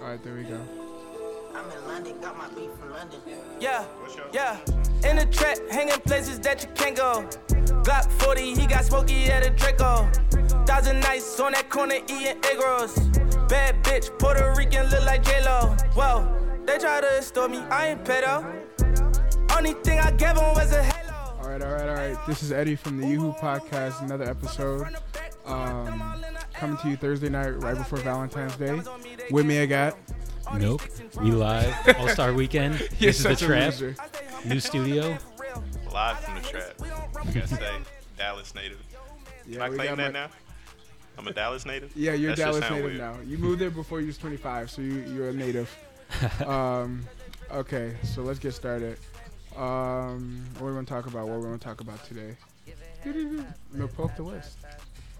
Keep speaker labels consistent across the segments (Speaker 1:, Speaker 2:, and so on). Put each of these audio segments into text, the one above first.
Speaker 1: All right, there we go.
Speaker 2: I'm in London, got my beat from London.
Speaker 3: Yeah, yeah. In the trap, hanging places that you can't go. Glock 40, he got smoky at a Draco. Thousand nights on that corner eating egg rolls. Bad bitch, Puerto Rican, look like J-Lo. Whoa, they try to extort me, I ain't pedo. Only thing I gave him was a halo.
Speaker 1: All right, all right, all right. This is Eddie from the Yoohoo Podcast, another episode. Um, coming to you Thursday night, right before Valentine's Day. With me, I got.
Speaker 4: Nope. We live All Star Weekend. this is the
Speaker 1: such a
Speaker 4: trap.
Speaker 1: loser.
Speaker 4: New studio.
Speaker 5: Live from the trap. I gotta say, Dallas native. Can
Speaker 1: Yeah,
Speaker 5: I
Speaker 1: we
Speaker 5: claim
Speaker 1: got
Speaker 5: that
Speaker 1: my-
Speaker 5: now? I'm a Dallas native?
Speaker 1: Yeah, you're
Speaker 5: That shit
Speaker 1: Dallas
Speaker 5: sound
Speaker 1: native
Speaker 5: weird.
Speaker 1: now. You moved there before you was 25, so you, you're a native. um, okay, so let's get started. Um, what we want to talk about? What we want to talk about today? No, poke the list.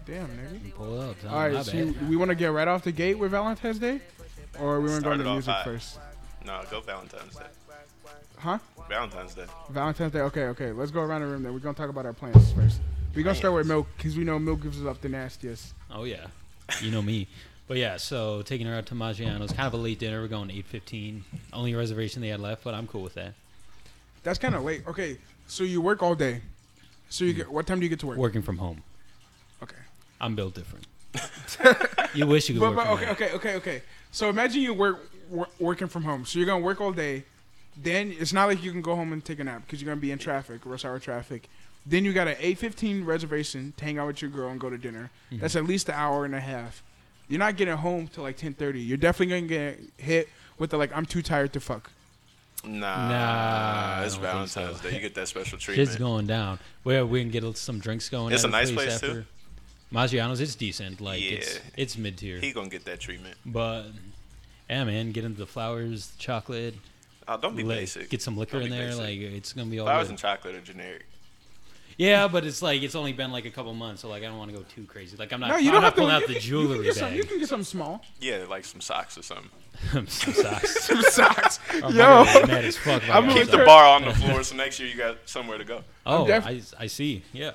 Speaker 1: Damn, nigga.
Speaker 4: Pull it up. son,
Speaker 1: All
Speaker 4: my
Speaker 1: right, so
Speaker 4: bad.
Speaker 1: we want to get right off the gate with Valentine's Day, or we want to go
Speaker 5: Start
Speaker 1: into
Speaker 5: it off
Speaker 1: music
Speaker 5: hot.
Speaker 1: first?
Speaker 5: No, go Valentine's Day.
Speaker 1: Huh?
Speaker 5: Valentine's Day.
Speaker 1: Valentine's Day. Okay, okay. Let's go around the room. Then we're gonna talk about our plans first. We're gonna start with milk because we know milk gives up the nastiest.
Speaker 4: Oh yeah, you know me. But yeah, so taking her out to Maggiano's, kind of a late dinner. We're going eight fifteen. Only reservation they had left, but I'm cool with that.
Speaker 1: That's kind of late. Okay, so you work all day. So you get what time do you get to work?
Speaker 4: Working from home,
Speaker 1: Okay.
Speaker 4: I'm built different. you wish you could
Speaker 1: But,
Speaker 4: work
Speaker 1: but
Speaker 4: from
Speaker 1: okay,
Speaker 4: home.
Speaker 1: okay, okay, okay. So imagine you work, wor- working from home. So you're gonna work all day. Then it's not like you can go home and take a nap because you're gonna be in traffic, rush hour traffic. Then you got an eight fifteen reservation to hang out with your girl and go to dinner.
Speaker 4: Mm-hmm.
Speaker 1: That's at least an hour and a half. You're not getting home till like ten thirty. You're definitely gonna get hit with the like I'm too tired to fuck.
Speaker 5: Nah.
Speaker 4: Nah, I
Speaker 5: it's
Speaker 4: don't think
Speaker 5: Valentine's
Speaker 4: so.
Speaker 5: Day. You get that special treatment.
Speaker 4: Shit's going down. Well, we can get some drinks going.
Speaker 5: It's
Speaker 4: at
Speaker 5: a nice place,
Speaker 4: after.
Speaker 5: too.
Speaker 4: Maggiano's, it's decent. Like it's
Speaker 5: Yeah.
Speaker 4: it's mid tier.
Speaker 5: He gonna get that treatment.
Speaker 4: But yeah, man, get into the flowers, the chocolate,
Speaker 5: Oh, don't be
Speaker 4: li-
Speaker 5: basic.
Speaker 4: get some liquor
Speaker 5: Don't
Speaker 4: in
Speaker 5: be
Speaker 4: there.
Speaker 5: basic.
Speaker 4: Like it's gonna be all
Speaker 5: flowers
Speaker 4: good.
Speaker 5: and chocolate are generic.
Speaker 4: Yeah, but it's like it's only been like a couple months, so like I don't want to go too crazy. Like I'm not,
Speaker 1: No, you
Speaker 4: I'm
Speaker 1: don't
Speaker 4: not
Speaker 1: have to.
Speaker 4: pulling
Speaker 1: you
Speaker 4: out
Speaker 1: can-
Speaker 4: the
Speaker 1: you can
Speaker 4: jewelry
Speaker 1: get some- You
Speaker 4: bag.
Speaker 1: can get some small.
Speaker 5: Yeah, like some socks or something.
Speaker 4: I'm so socks.
Speaker 1: Some socks.
Speaker 4: Oh, my
Speaker 1: Yo.
Speaker 4: God, I'm mad as fuck. if I
Speaker 1: I'm
Speaker 4: got
Speaker 1: gonna
Speaker 5: Keep the
Speaker 4: socks.
Speaker 5: bar on the floor so next year you got somewhere to go.
Speaker 4: Oh,
Speaker 1: def-
Speaker 4: I, I see. Yeah,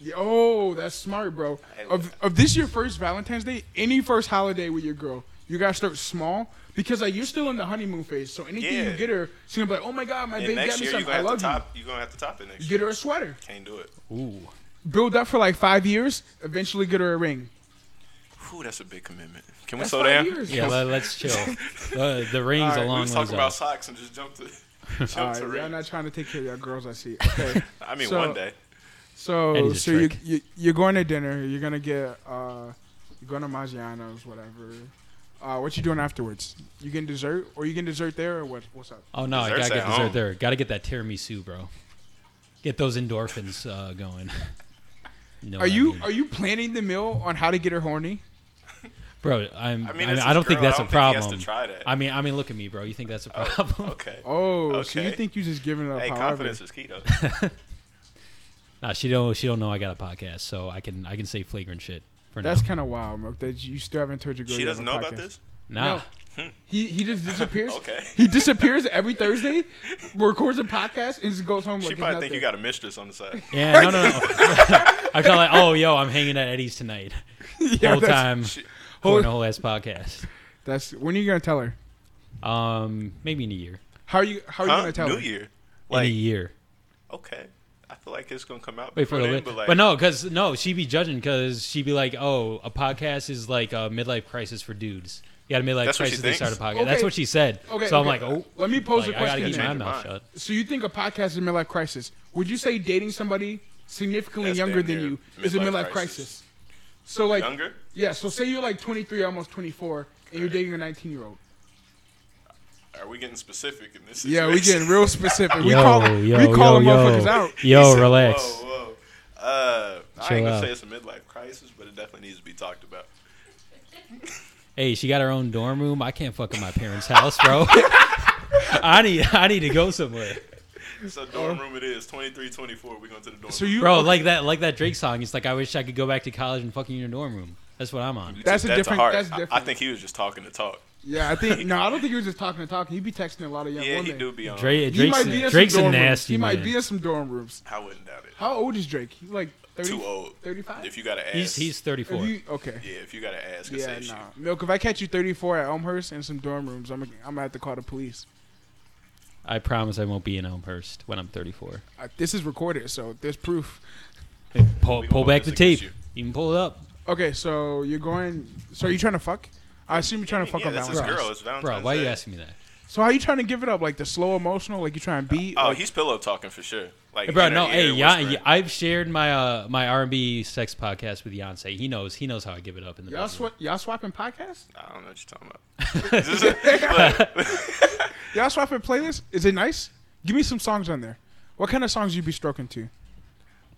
Speaker 1: Yeah, Oh, that's smart, bro. Of, of this your first Valentine's Day, any first holiday with your girl, you gotta start small because like you're still in the honeymoon phase. So anything you
Speaker 5: Yeah.
Speaker 1: get her, she's gonna be like, "Oh my god, my
Speaker 5: And
Speaker 1: baby got
Speaker 5: next
Speaker 1: me
Speaker 5: year you
Speaker 1: something.
Speaker 5: gonna
Speaker 1: I
Speaker 5: have to
Speaker 1: love you."
Speaker 5: top. You gonna have to top it next year.
Speaker 1: Get her a sweater.
Speaker 5: Can't do it.
Speaker 4: ooh,
Speaker 1: Build up for like five years. Eventually, get her a ring.
Speaker 5: Whew, that's a big commitment. Can we
Speaker 1: That's
Speaker 5: slow
Speaker 1: five
Speaker 5: down?
Speaker 1: years.
Speaker 4: yeah. let, us chill. Uh, the ring's uh,
Speaker 1: All right,
Speaker 4: a
Speaker 5: We
Speaker 4: long
Speaker 5: was
Speaker 4: ways
Speaker 5: talking about
Speaker 4: off.
Speaker 5: socks and just jump to
Speaker 1: All
Speaker 5: jump
Speaker 1: right,
Speaker 5: to
Speaker 1: y'all
Speaker 5: ring.
Speaker 1: not trying to take care of y'all girls. I see. Okay.
Speaker 5: I mean,
Speaker 1: So-
Speaker 5: one day.
Speaker 1: So
Speaker 4: Eddie's a
Speaker 1: so you,
Speaker 4: trick.
Speaker 1: you you're going to dinner. You're gonna get uh, you're going to Maggiano's, whatever. Uh, what you doing afterwards? You getting dessert, or you getting dessert there, or what? What's up?
Speaker 4: Oh no, I gotta
Speaker 5: Dessert's
Speaker 4: get
Speaker 5: at
Speaker 4: dessert
Speaker 5: home.
Speaker 4: there. Gotta get that tiramisu, bro. Get those endorphins uh, going. No,
Speaker 1: Are you are you planning the meal on how to get her horny?
Speaker 4: bro? I'm. I
Speaker 5: I
Speaker 4: mean,
Speaker 5: mean,
Speaker 4: I,
Speaker 5: it's his
Speaker 4: don't think
Speaker 5: girl. I
Speaker 4: that's
Speaker 5: don't
Speaker 4: a
Speaker 5: think he has to
Speaker 4: problem.
Speaker 5: try that.
Speaker 4: I mean, I mean, look at me, bro. You think that's a problem?
Speaker 5: Okay.
Speaker 1: Oh, so you
Speaker 5: Okay.
Speaker 1: think you just giving it up?
Speaker 5: Hey,
Speaker 1: however.
Speaker 5: confidence is key though.
Speaker 4: Nah, she don't. She don't know I got a podcast, so I can. I can say flagrant shit for
Speaker 1: That's
Speaker 4: now.
Speaker 1: kind of wild, Mook. That you still haven't told your girl.
Speaker 5: She
Speaker 1: you
Speaker 5: doesn't
Speaker 1: have
Speaker 5: know
Speaker 1: a
Speaker 5: about
Speaker 1: podcast.
Speaker 5: this. Hmm.
Speaker 4: Nah,
Speaker 1: No. He he just disappears.
Speaker 5: Okay.
Speaker 1: He disappears every Thursday, records a podcast, and just goes home.
Speaker 5: She
Speaker 1: like
Speaker 5: probably
Speaker 1: it's
Speaker 5: think you
Speaker 1: nothing.
Speaker 5: got a mistress on the side.
Speaker 4: Yeah, no, no, no. I felt like, oh, yo, I'm hanging at Eddie's tonight.
Speaker 1: Yeah,
Speaker 4: whole
Speaker 1: that's-
Speaker 4: time,
Speaker 5: She,
Speaker 4: whole whole ass podcast.
Speaker 1: That's when are you gonna tell her?
Speaker 4: Um, maybe in a year.
Speaker 1: How are you how are you
Speaker 5: huh?
Speaker 1: gonna tell
Speaker 5: New
Speaker 1: her?
Speaker 5: Year.
Speaker 4: in
Speaker 5: Like,
Speaker 4: a year.
Speaker 5: okay. I feel like it's gonna come out.
Speaker 4: Wait for a
Speaker 5: before
Speaker 4: little
Speaker 5: then,
Speaker 4: bit.
Speaker 5: but, like,
Speaker 4: But no, because no, she be judging because she be like, oh, a podcast is like a midlife crisis for dudes. You got a midlife
Speaker 5: That's what she
Speaker 4: crisis, they start a
Speaker 5: thinks?
Speaker 4: podcast.
Speaker 1: Okay.
Speaker 4: That's what she said.
Speaker 1: Okay,
Speaker 4: so I'm like,
Speaker 1: okay.
Speaker 4: oh,
Speaker 1: Let me pose
Speaker 4: like,
Speaker 1: a
Speaker 4: I gotta
Speaker 1: question.
Speaker 4: keep my
Speaker 5: Change your
Speaker 4: mouth
Speaker 5: mind.
Speaker 4: shut.
Speaker 1: So you think a podcast is a midlife crisis? Would you say dating somebody significantly
Speaker 5: That's
Speaker 1: younger
Speaker 5: damn
Speaker 1: than
Speaker 5: near
Speaker 1: you is a
Speaker 5: midlife
Speaker 1: midlife crisis?
Speaker 5: crisis.
Speaker 1: So like
Speaker 5: Younger?
Speaker 1: Yeah. So say you're like 23, almost 24, and you're dating a 19 year old.
Speaker 5: Are we getting specific in this?
Speaker 1: Yeah, we
Speaker 5: situation?
Speaker 1: getting real specific. We
Speaker 4: yo,
Speaker 1: call
Speaker 4: yo,
Speaker 1: we call
Speaker 4: yo,
Speaker 1: them motherfuckers
Speaker 4: yo,
Speaker 1: out.
Speaker 4: yo,
Speaker 5: He said,
Speaker 4: Oh, relax.
Speaker 5: Whoa, whoa. Uh, I
Speaker 4: Chill
Speaker 5: ain't gonna
Speaker 4: out.
Speaker 5: say it's a midlife crisis, but it definitely needs to be talked about.
Speaker 4: Hey, she got her own dorm room. I can't fuck in my parents' house, bro. I need, I need to go somewhere.
Speaker 5: So dorm room it is. 23, 24, We going to the dorm.
Speaker 1: Uh-huh. So
Speaker 5: room.
Speaker 1: you, oh,
Speaker 4: bro like that like that drake song it's like i wish i could go back to college and fucking your dorm room that's what i'm on
Speaker 1: That's a
Speaker 5: That's
Speaker 1: different-
Speaker 5: heart.
Speaker 1: that's
Speaker 5: I- I
Speaker 1: different.
Speaker 5: think he was just talking to talk.
Speaker 1: yeah, I think no, I don't think he was just talking and talking. He'd be texting a lot of young
Speaker 5: Yeah,
Speaker 1: women.
Speaker 5: he do be on.
Speaker 4: Drake,
Speaker 1: He
Speaker 4: drake's,
Speaker 1: might be in
Speaker 4: drake's
Speaker 1: some
Speaker 4: a
Speaker 1: dorm rooms.
Speaker 4: nasty
Speaker 1: He might
Speaker 4: man.
Speaker 1: be in some dorm rooms.
Speaker 5: I wouldn't doubt it.
Speaker 1: How old is Drake? He's like 30,
Speaker 5: Too old.
Speaker 1: 35?
Speaker 5: If you gotta ask.
Speaker 4: He's he's 34.
Speaker 1: If you- okay.
Speaker 5: yeah, if you gotta ask, I
Speaker 1: Yeah,
Speaker 5: say
Speaker 1: nah.
Speaker 5: nah.
Speaker 1: Milk, if I catch you 34 at Elmhurst in some dorm rooms, I'm gonna, I'm gonna have to call the police.
Speaker 4: I promise I won't be in Elmhurst when I'm 34.
Speaker 1: Uh, this is recorded, so there's proof.
Speaker 4: Pull,
Speaker 5: We
Speaker 4: pull
Speaker 5: won't
Speaker 4: back the
Speaker 5: hold
Speaker 4: tape.
Speaker 5: this
Speaker 4: You.
Speaker 5: against
Speaker 4: can pull it up,
Speaker 1: Okay, so you're going. So are you trying to fuck? I assume you're trying to fuck
Speaker 5: yeah,
Speaker 1: on
Speaker 5: that's
Speaker 1: that
Speaker 5: his
Speaker 1: one.
Speaker 5: girl. It's Valentine's
Speaker 4: bro. Why are
Speaker 5: Day.
Speaker 4: you asking me that?
Speaker 1: So how you trying to give it up? Like the slow emotional? Like you trying to beat?
Speaker 5: Oh,
Speaker 1: like,
Speaker 5: he's pillow talking for sure. Like,
Speaker 4: Hey, bro,
Speaker 5: in her
Speaker 4: no, hey,
Speaker 5: ear
Speaker 4: yeah,
Speaker 5: whispering.
Speaker 4: I've shared my uh, my R&B sex podcast with Yonsei. He knows, he knows how I give it up in the
Speaker 1: y'all,
Speaker 4: bedroom.
Speaker 1: swa- y'all swapping podcasts?
Speaker 5: I don't know what you're talking about. This is- look,
Speaker 1: Y'all swapping playlists? Is it nice? Give me some songs on there. What kind of songs you be stroking to?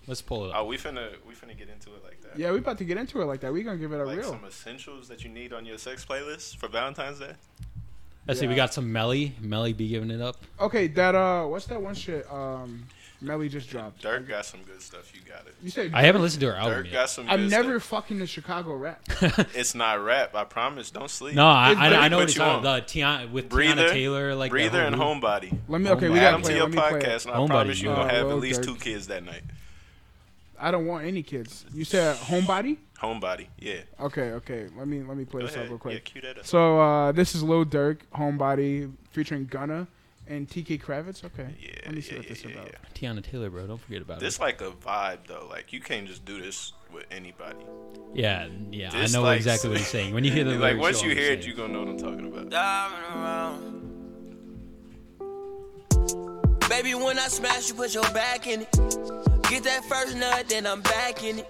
Speaker 4: Let's pull it
Speaker 5: oh,
Speaker 4: up.
Speaker 5: we finna we finna get into it like that.
Speaker 1: Yeah, we about to get into it like that. We gonna give it a
Speaker 5: Like
Speaker 1: real.
Speaker 5: some essentials that you need on your sex playlist for Valentine's Day.
Speaker 4: Let's see, we got some Melly. Melly be giving it up.
Speaker 1: Okay, that uh, what's that one shit? Um, Melly just dropped.
Speaker 5: Dirk got some good stuff. You got it.
Speaker 1: You said
Speaker 4: I haven't listened to her album
Speaker 5: Dirk
Speaker 4: yet.
Speaker 5: got some. Good
Speaker 1: I'm never
Speaker 5: Stuff.
Speaker 1: fucking the Chicago rap.
Speaker 5: It's not rap. I promise. Don't sleep.
Speaker 4: No, I,
Speaker 1: It's
Speaker 4: I,
Speaker 1: Dirk
Speaker 4: I know
Speaker 5: put
Speaker 4: what it's
Speaker 5: you
Speaker 4: called.
Speaker 5: on.
Speaker 4: The Tiana, with
Speaker 5: Breather,
Speaker 4: Tiana Taylor, like that
Speaker 5: breather
Speaker 4: whole
Speaker 5: and
Speaker 4: group.
Speaker 5: homebody.
Speaker 1: Let me.
Speaker 4: Oh
Speaker 1: Okay,
Speaker 4: my
Speaker 1: we
Speaker 5: Add
Speaker 1: gotta
Speaker 5: them to
Speaker 1: play. it.
Speaker 5: your
Speaker 1: Let me play. it.
Speaker 5: podcast, and I
Speaker 4: Homebody,
Speaker 5: promise you're
Speaker 4: yeah.
Speaker 5: gonna have
Speaker 1: Oh,
Speaker 5: at least
Speaker 1: Dirk.
Speaker 5: two kids that night.
Speaker 1: I don't want any kids. You said homebody.
Speaker 5: Homebody, yeah.
Speaker 1: Okay, okay. Let me let me play
Speaker 5: Go
Speaker 1: this up
Speaker 5: ahead.
Speaker 1: real
Speaker 5: Yeah,
Speaker 1: quick.
Speaker 5: cue that up.
Speaker 1: So uh, this is Lil Durk, homebody, featuring Gunna and TK Kravitz. Okay.
Speaker 5: Yeah,
Speaker 1: Let me see
Speaker 5: yeah,
Speaker 1: what
Speaker 5: yeah,
Speaker 1: this
Speaker 5: yeah,
Speaker 1: about.
Speaker 5: yeah.
Speaker 4: Tiana Taylor, bro. Don't forget about
Speaker 5: This
Speaker 4: this,
Speaker 5: like a vibe though. Like you can't just do this with anybody.
Speaker 4: Yeah, yeah. I
Speaker 5: This,
Speaker 4: know
Speaker 5: like,
Speaker 4: exactly what he's saying. When you hear the
Speaker 5: like
Speaker 4: lyrics,
Speaker 5: once
Speaker 4: you'll
Speaker 5: you hear it, you
Speaker 4: understand.
Speaker 5: gonna know what I'm talking about.
Speaker 2: Diving around. Baby, when I smash, you put your back in it. Get that first nut, then I'm back in it.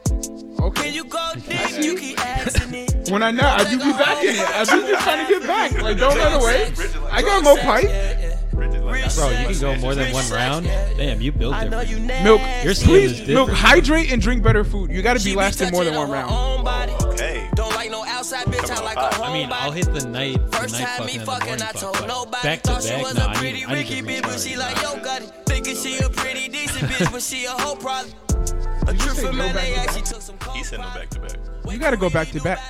Speaker 1: Okay.
Speaker 2: When you go deep, you keep asking it.
Speaker 1: When I know, I do be back in it. I do just trying to get back. Like, don't run away. I got more pipe.
Speaker 5: Bridget, like, I-
Speaker 4: Bro, you can go more than one round. Damn, you built
Speaker 2: I know
Speaker 4: it.
Speaker 2: you
Speaker 1: Milk,
Speaker 2: nasty.
Speaker 4: Your skin is
Speaker 1: Please,
Speaker 4: different.
Speaker 1: milk, hydrate and drink better food. You gotta
Speaker 2: She
Speaker 1: be
Speaker 2: be
Speaker 1: lasting more than
Speaker 2: touching
Speaker 1: one
Speaker 2: on her
Speaker 1: round.
Speaker 2: own body.
Speaker 5: Hey,
Speaker 2: Don't like no outside bitch, I
Speaker 5: Come on,
Speaker 2: like
Speaker 5: I-
Speaker 2: a home
Speaker 4: I mean, I'll hit the night, the
Speaker 2: First
Speaker 4: night
Speaker 2: time me
Speaker 4: fucking, and the morning
Speaker 2: fucking, I
Speaker 4: fuck,
Speaker 2: told
Speaker 4: but
Speaker 2: nobody.
Speaker 4: back to
Speaker 2: thought she
Speaker 4: back.
Speaker 2: was
Speaker 4: Nah,
Speaker 2: a
Speaker 4: I
Speaker 2: pretty
Speaker 4: need, I need
Speaker 2: Ricky
Speaker 4: to
Speaker 2: bitch, but she
Speaker 4: recharge.
Speaker 2: like, yo, got it. Thinking she a pretty decent bitch, but she a hoe problem. A
Speaker 1: you
Speaker 2: trip
Speaker 1: say
Speaker 2: from
Speaker 1: no
Speaker 2: LA,
Speaker 1: back to back?
Speaker 2: actually took some coke.
Speaker 5: he sent them back to back.
Speaker 1: You gotta go back to back.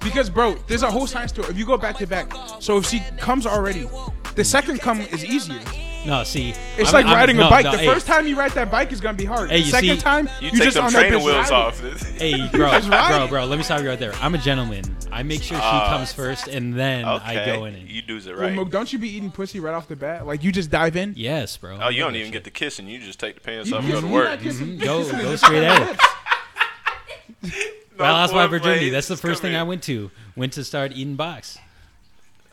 Speaker 1: Because, bro, there's a whole science to it. If you go back to back, so if she comes already, the second come is easier.
Speaker 4: No, see,
Speaker 1: It's
Speaker 4: I'm-
Speaker 1: like
Speaker 4: I'm-
Speaker 1: riding
Speaker 4: no,
Speaker 1: a bike.
Speaker 4: no,
Speaker 1: the
Speaker 4: hey,
Speaker 1: first time you ride that bike is gonna be hard.
Speaker 4: Hey,
Speaker 1: the
Speaker 4: you
Speaker 1: second
Speaker 4: see-
Speaker 1: time,
Speaker 5: You,
Speaker 1: you,
Speaker 5: take
Speaker 1: just
Speaker 5: them
Speaker 1: on that
Speaker 5: training
Speaker 1: bitch
Speaker 5: wheels
Speaker 1: riding.
Speaker 5: off.
Speaker 4: Hey, bro, bro,
Speaker 1: riding.
Speaker 4: bro. Let me stop you right there. I'm a gentleman. I make sure she comes first, and then I
Speaker 5: okay,
Speaker 4: go in. And,
Speaker 5: you do it
Speaker 1: Well,
Speaker 5: right.
Speaker 1: Milk, don't you be eating pussy right off the bat? Like you just dive in.
Speaker 4: yes, bro.
Speaker 5: oh, you don't even get the kissing. You just take the pants
Speaker 1: You
Speaker 5: off and go to
Speaker 1: you
Speaker 5: work.
Speaker 1: not kissing-
Speaker 4: Go, go straight at it. Well, that's my
Speaker 5: foreplay,
Speaker 4: virginity. That's the
Speaker 5: just
Speaker 4: first
Speaker 5: come
Speaker 4: thing I
Speaker 5: in.
Speaker 4: went to. Went to start eating box.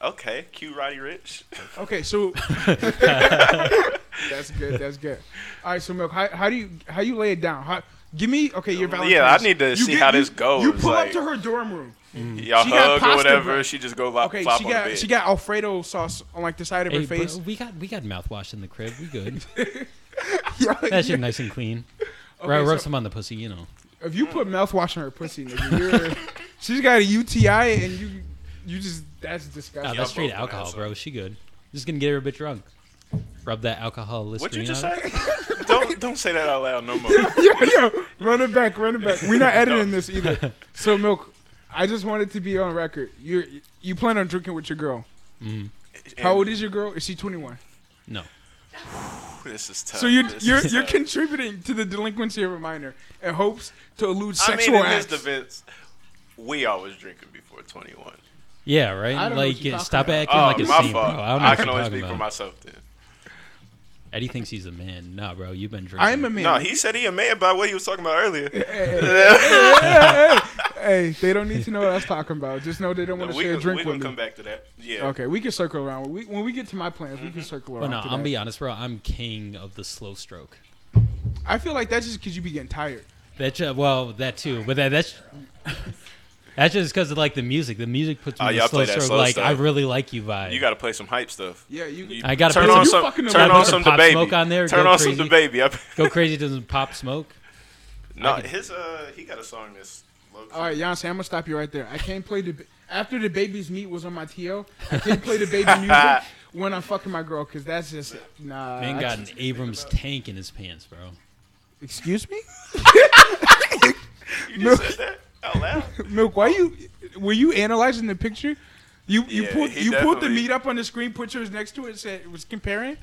Speaker 5: Okay, cue Roddy Rich.
Speaker 4: Mm-hmm.
Speaker 1: Okay, so that's good. That's good. All right, so milk. How, how do you how you lay it down? How, give me okay your Valentine's.
Speaker 5: Yeah, I need to see how this goes,
Speaker 1: You pull
Speaker 5: like-
Speaker 1: up to her dorm room.
Speaker 5: Y'all
Speaker 1: She got
Speaker 5: hug or
Speaker 1: pasta
Speaker 5: whatever.
Speaker 1: bread.
Speaker 5: She just go lop,
Speaker 1: Okay,
Speaker 5: flop
Speaker 1: she
Speaker 5: on the
Speaker 1: got
Speaker 5: bed.
Speaker 1: she got Alfredo sauce on like the side of
Speaker 4: Hey,
Speaker 1: her face.
Speaker 4: bro, we got we got mouthwash in the crib. We good.
Speaker 1: Yeah,
Speaker 4: That shit nice and clean. Right,
Speaker 1: so-
Speaker 4: rub some on the pussy, you know.
Speaker 1: if you put mouthwash on her pussy, nigga, you're, she's got a UTI and you you just that's disgusting.
Speaker 4: Nah, that's straight
Speaker 5: broke my
Speaker 4: alcohol,
Speaker 5: ass
Speaker 4: bro. She good. Just gonna get her a bit drunk. Rub that alcohol Listerine
Speaker 5: What you just
Speaker 4: on her.
Speaker 5: say? don't don't say that out loud no more.
Speaker 1: yo, yo, run it back, run it back. We're not editing this either. So, Milk, I just wanted to be on record. You you plan on drinking with your girl? How old is your girl? Is she twenty one?
Speaker 4: No.
Speaker 5: This is tough.
Speaker 1: So you're
Speaker 5: This
Speaker 1: you're
Speaker 5: is
Speaker 1: you're
Speaker 5: tough.
Speaker 1: contributing to the delinquency of a minor in hopes to elude
Speaker 5: I mean,
Speaker 1: sexual
Speaker 5: in
Speaker 1: acts.
Speaker 5: his defense, we always drinking before 21.
Speaker 4: Yeah,
Speaker 1: I
Speaker 4: right.
Speaker 1: don't know
Speaker 4: Like,
Speaker 1: what you're
Speaker 4: uh, stop
Speaker 1: talking
Speaker 4: acting
Speaker 5: Oh,
Speaker 4: like a
Speaker 5: my
Speaker 4: saint, bro.
Speaker 5: fault.
Speaker 4: I don't know
Speaker 5: I,
Speaker 4: what
Speaker 5: can
Speaker 4: you're
Speaker 5: only
Speaker 4: talking
Speaker 5: speak for
Speaker 4: about.
Speaker 5: myself then.
Speaker 4: Eddie thinks he's a man. Nah, bro, you've been drinking.
Speaker 1: I am a man.
Speaker 5: No, he said he a man by what he was talking about earlier.
Speaker 1: hey, they don't need to know what I was talking about. Just know they don't want to
Speaker 5: we
Speaker 1: share a
Speaker 5: can,
Speaker 1: drink
Speaker 5: we
Speaker 1: with
Speaker 5: gonna
Speaker 1: me.
Speaker 5: come back to that. Yeah.
Speaker 1: Okay, we can circle around. We, when we get to my plans,
Speaker 5: Mm-hmm.
Speaker 1: we can circle
Speaker 4: But
Speaker 1: around.
Speaker 4: no,
Speaker 1: to
Speaker 4: I'm
Speaker 1: that.
Speaker 4: be honest, bro. I'm king of the slow stroke.
Speaker 1: I feel like that's just because you be getting tired.
Speaker 4: That ju- well, that too, but that, that's that's just because of like the music. The music puts me
Speaker 5: Oh,
Speaker 4: in
Speaker 5: y'all
Speaker 4: the slow
Speaker 5: play that
Speaker 4: stroke.
Speaker 5: slow
Speaker 4: like
Speaker 5: stuff.
Speaker 4: I really like you vibe.
Speaker 5: You got to play some hype stuff.
Speaker 1: Yeah, you-
Speaker 4: I gotta
Speaker 5: turn
Speaker 4: put
Speaker 5: on
Speaker 4: some-
Speaker 5: some,
Speaker 1: you fucking
Speaker 5: turn
Speaker 1: know
Speaker 5: on
Speaker 1: that.
Speaker 5: some
Speaker 4: Pop
Speaker 5: DaBaby.
Speaker 4: Smoke on there,
Speaker 5: Turn
Speaker 4: go
Speaker 5: on
Speaker 4: crazy.
Speaker 5: some DaBaby. I-
Speaker 4: go crazy to some pop smoke.
Speaker 5: no, his uh, he got a song that's. low-key.
Speaker 1: All right, Yancey, I'm gonna stop you right there. I can't play the after the baby's meat was on my to. I can't play the baby music when I'm fucking my girl because that's just nah.
Speaker 4: Man
Speaker 1: Uh, I-
Speaker 4: got an Abrams tank in his pants, bro.
Speaker 1: Excuse me,
Speaker 5: You just said that out loud.
Speaker 1: Milk. Why you were you analyzing the picture? You you
Speaker 5: Yeah,
Speaker 1: pulled
Speaker 5: he
Speaker 1: you pulled the
Speaker 5: definitely-
Speaker 1: meat up on the screen, put yours next to it, said was comparing.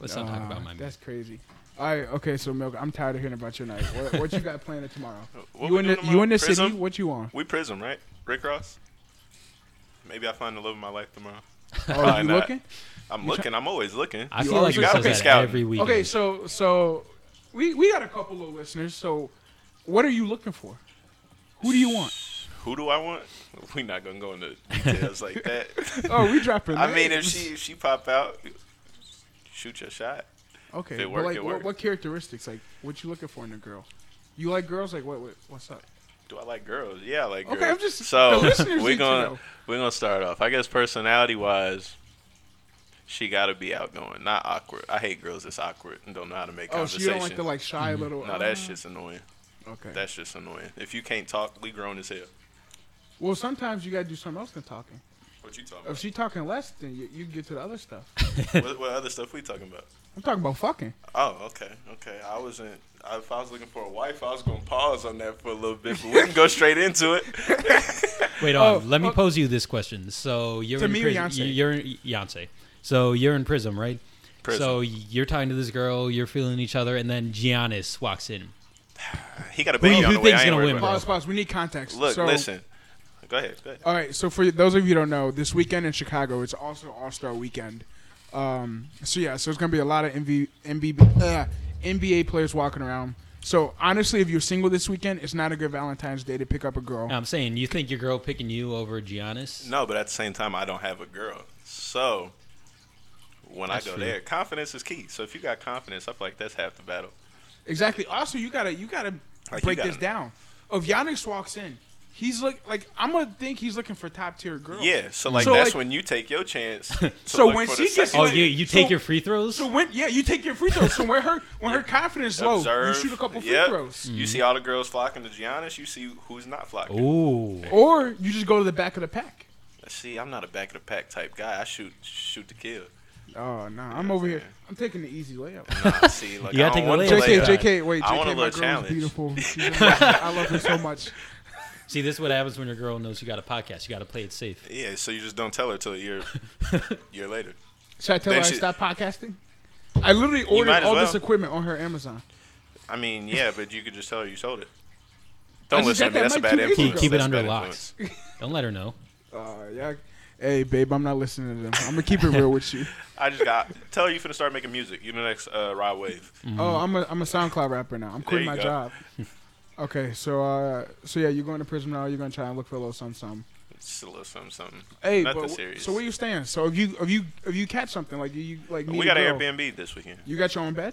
Speaker 4: Let's not talk
Speaker 1: Uh,
Speaker 4: about my man.
Speaker 1: that's crazy. All right, okay, so Milk, I'm tired of hearing about your night. What, what you got planned tomorrow?
Speaker 5: What
Speaker 1: you
Speaker 5: we
Speaker 1: in
Speaker 5: doing
Speaker 1: the,
Speaker 5: tomorrow?
Speaker 1: you in the city?
Speaker 5: Prism?
Speaker 1: What you on?
Speaker 5: We Prism, right? Rick Ross? Maybe I find the love of my life tomorrow.
Speaker 1: Oh,
Speaker 5: Probably
Speaker 1: you
Speaker 5: not.
Speaker 1: looking?
Speaker 5: I'm looking. I'm always looking.
Speaker 4: I
Speaker 1: You
Speaker 4: feel like
Speaker 1: always
Speaker 4: you
Speaker 1: gotta
Speaker 4: says
Speaker 5: be
Speaker 4: that
Speaker 5: scouting.
Speaker 4: every week.
Speaker 1: Okay, so so we we got a couple of listeners. So what are you looking for? Who do you want?
Speaker 5: Who do I want? We're not gonna go into details like that.
Speaker 1: Oh, we dropping.
Speaker 5: I mean, if
Speaker 1: names.
Speaker 5: she if she pop out, shoot your shot.
Speaker 1: okay,
Speaker 5: if it
Speaker 1: but
Speaker 5: work,
Speaker 1: like
Speaker 5: it
Speaker 1: what,
Speaker 5: work.
Speaker 1: what characteristics? Like what you looking for in a girl? You like girls? Like what? what what's up?
Speaker 5: Do I like girls? Yeah, I like
Speaker 1: Okay,
Speaker 5: girls.
Speaker 1: I'm just- the
Speaker 5: so
Speaker 1: listeners need
Speaker 5: we're
Speaker 1: to
Speaker 5: gonna
Speaker 1: know.
Speaker 5: we're gonna start off. I guess personality wise, she gotta be outgoing, not awkward. I hate girls that's awkward and don't know how to make
Speaker 1: Oh, so you
Speaker 5: conversation.
Speaker 1: don't like the like shy little? uh,
Speaker 5: no, that shit's annoying.
Speaker 1: okay.
Speaker 5: That's just annoying. If you can't talk, we grown as hell.
Speaker 1: well, sometimes you gotta do something else than talking.
Speaker 5: What you
Speaker 1: If
Speaker 5: talking
Speaker 1: she talking less, then you, you get to the other stuff.
Speaker 5: about? what, what other stuff we talking about?
Speaker 1: I'm talking about fucking.
Speaker 5: Oh, okay, okay. I wasn't. I, if I was looking for a wife, I was gonna pause on that for a little bit, but we can go straight into it.
Speaker 4: Wait, on.
Speaker 1: Oh,
Speaker 4: let me
Speaker 1: oh.
Speaker 4: pose you this question. So you're
Speaker 1: To
Speaker 4: in
Speaker 1: me or
Speaker 4: prison.
Speaker 1: Yonsei?
Speaker 4: You're in, Yonsei. So you're in Prism, right?
Speaker 5: Prism.
Speaker 4: So you're talking to this girl, you're feeling each other, and then Giannis walks in.
Speaker 5: He got a
Speaker 4: Who
Speaker 5: baby
Speaker 4: you
Speaker 5: on the way.
Speaker 4: think's
Speaker 5: I ain't
Speaker 4: gonna
Speaker 5: worried
Speaker 4: win,
Speaker 5: about
Speaker 1: Pause, pause. We need context.
Speaker 5: it. Look,
Speaker 1: so,
Speaker 5: listen. Go ahead. Go ahead.
Speaker 1: All right. So for those of you who don't know, this weekend in Chicago, it's also All Star Weekend. Um, so yeah, so it's gonna be a lot of MV, MB, uh, NBA players walking around. So honestly, if you're single this weekend, it's not a good Valentine's Day to pick up a girl.
Speaker 4: I'm saying, you think your girl picking you over Giannis?
Speaker 5: No, but at the same time, I don't have a girl. So when
Speaker 4: That's
Speaker 5: I go
Speaker 4: true.
Speaker 5: there, confidence is key. So if you got confidence, I feel like that's half the battle.
Speaker 1: Exactly. Also, you gotta you gotta
Speaker 5: Like,
Speaker 1: break
Speaker 5: you gotta-
Speaker 1: this down. If Giannis walks in, he's look like I'm gonna think he's looking for top tier girls.
Speaker 5: Yeah. So like
Speaker 1: So,
Speaker 5: that's
Speaker 1: like-
Speaker 5: when you take your chance. to
Speaker 1: So
Speaker 5: look
Speaker 1: when
Speaker 5: for
Speaker 1: she
Speaker 5: the
Speaker 1: gets-
Speaker 5: sexy
Speaker 4: Oh,
Speaker 1: Wait,
Speaker 5: lady.
Speaker 4: you you
Speaker 1: so-
Speaker 4: take your free throws?
Speaker 1: So when yeah, you take your free throws. So when her when her confidence low, you
Speaker 5: Observe.
Speaker 1: shoot a couple free
Speaker 5: Yep.
Speaker 1: throws. Mm-hmm.
Speaker 5: You see all the girls flocking to Giannis. You see who's not flocking.
Speaker 4: Ooh.
Speaker 1: Or you just go to the back of the pack.
Speaker 5: See, I'm not a back of the pack type guy. I shoot shoot to kill.
Speaker 1: Oh no, I'm over here. I'm taking the easy layup.
Speaker 5: Nah, see, like
Speaker 4: You
Speaker 5: I
Speaker 4: gotta take
Speaker 5: don't
Speaker 4: the
Speaker 5: want
Speaker 4: layup.
Speaker 5: to play
Speaker 1: JK,
Speaker 5: that.
Speaker 1: JK, wait,
Speaker 5: I want a
Speaker 1: JK, my
Speaker 5: little
Speaker 1: girl is
Speaker 5: challenge.
Speaker 1: beautiful. She's amazing. I love her so much.
Speaker 4: See, this is what happens when your girl knows you got a podcast. You got to play it safe.
Speaker 5: Yeah, so you just don't tell her till a year year later.
Speaker 1: Should I tell her
Speaker 5: That
Speaker 1: I
Speaker 5: shit-
Speaker 1: stopped podcasting? I literally
Speaker 5: might
Speaker 1: ordered
Speaker 5: as
Speaker 1: all this
Speaker 5: well.
Speaker 1: equipment on her Amazon.
Speaker 5: I mean, yeah, but you could just tell her you sold it. Don't
Speaker 1: just
Speaker 5: listen to
Speaker 1: got
Speaker 5: me.
Speaker 1: that
Speaker 5: That's a
Speaker 1: mic
Speaker 5: bad
Speaker 1: two days
Speaker 5: influence.
Speaker 1: ago.
Speaker 4: Keep it
Speaker 5: That's
Speaker 4: under
Speaker 5: bad
Speaker 4: locks.
Speaker 5: influence.
Speaker 4: Don't let her know.
Speaker 1: Uh, yeah. Hey, babe, I'm not listening to them. I'm gonna keep it real with you. Oh,
Speaker 5: I just got tell her you finna start making music. You the next uh, Rod Wave.
Speaker 1: Oh, I'm a I'm a SoundCloud rapper now. I'm quitting
Speaker 5: you
Speaker 1: my
Speaker 5: go.
Speaker 1: job. Okay, so uh, so yeah, you're going to prison now. You're gonna try and look for a little something. something.
Speaker 5: Just a little something, something.
Speaker 1: Hey,
Speaker 5: nothing
Speaker 1: but, w-
Speaker 5: serious.
Speaker 1: so where you staying? So if you if you if you catch something like you, you like meet
Speaker 5: we
Speaker 1: a
Speaker 5: got an
Speaker 1: girl,
Speaker 5: Airbnb this weekend.
Speaker 1: You got your own bed?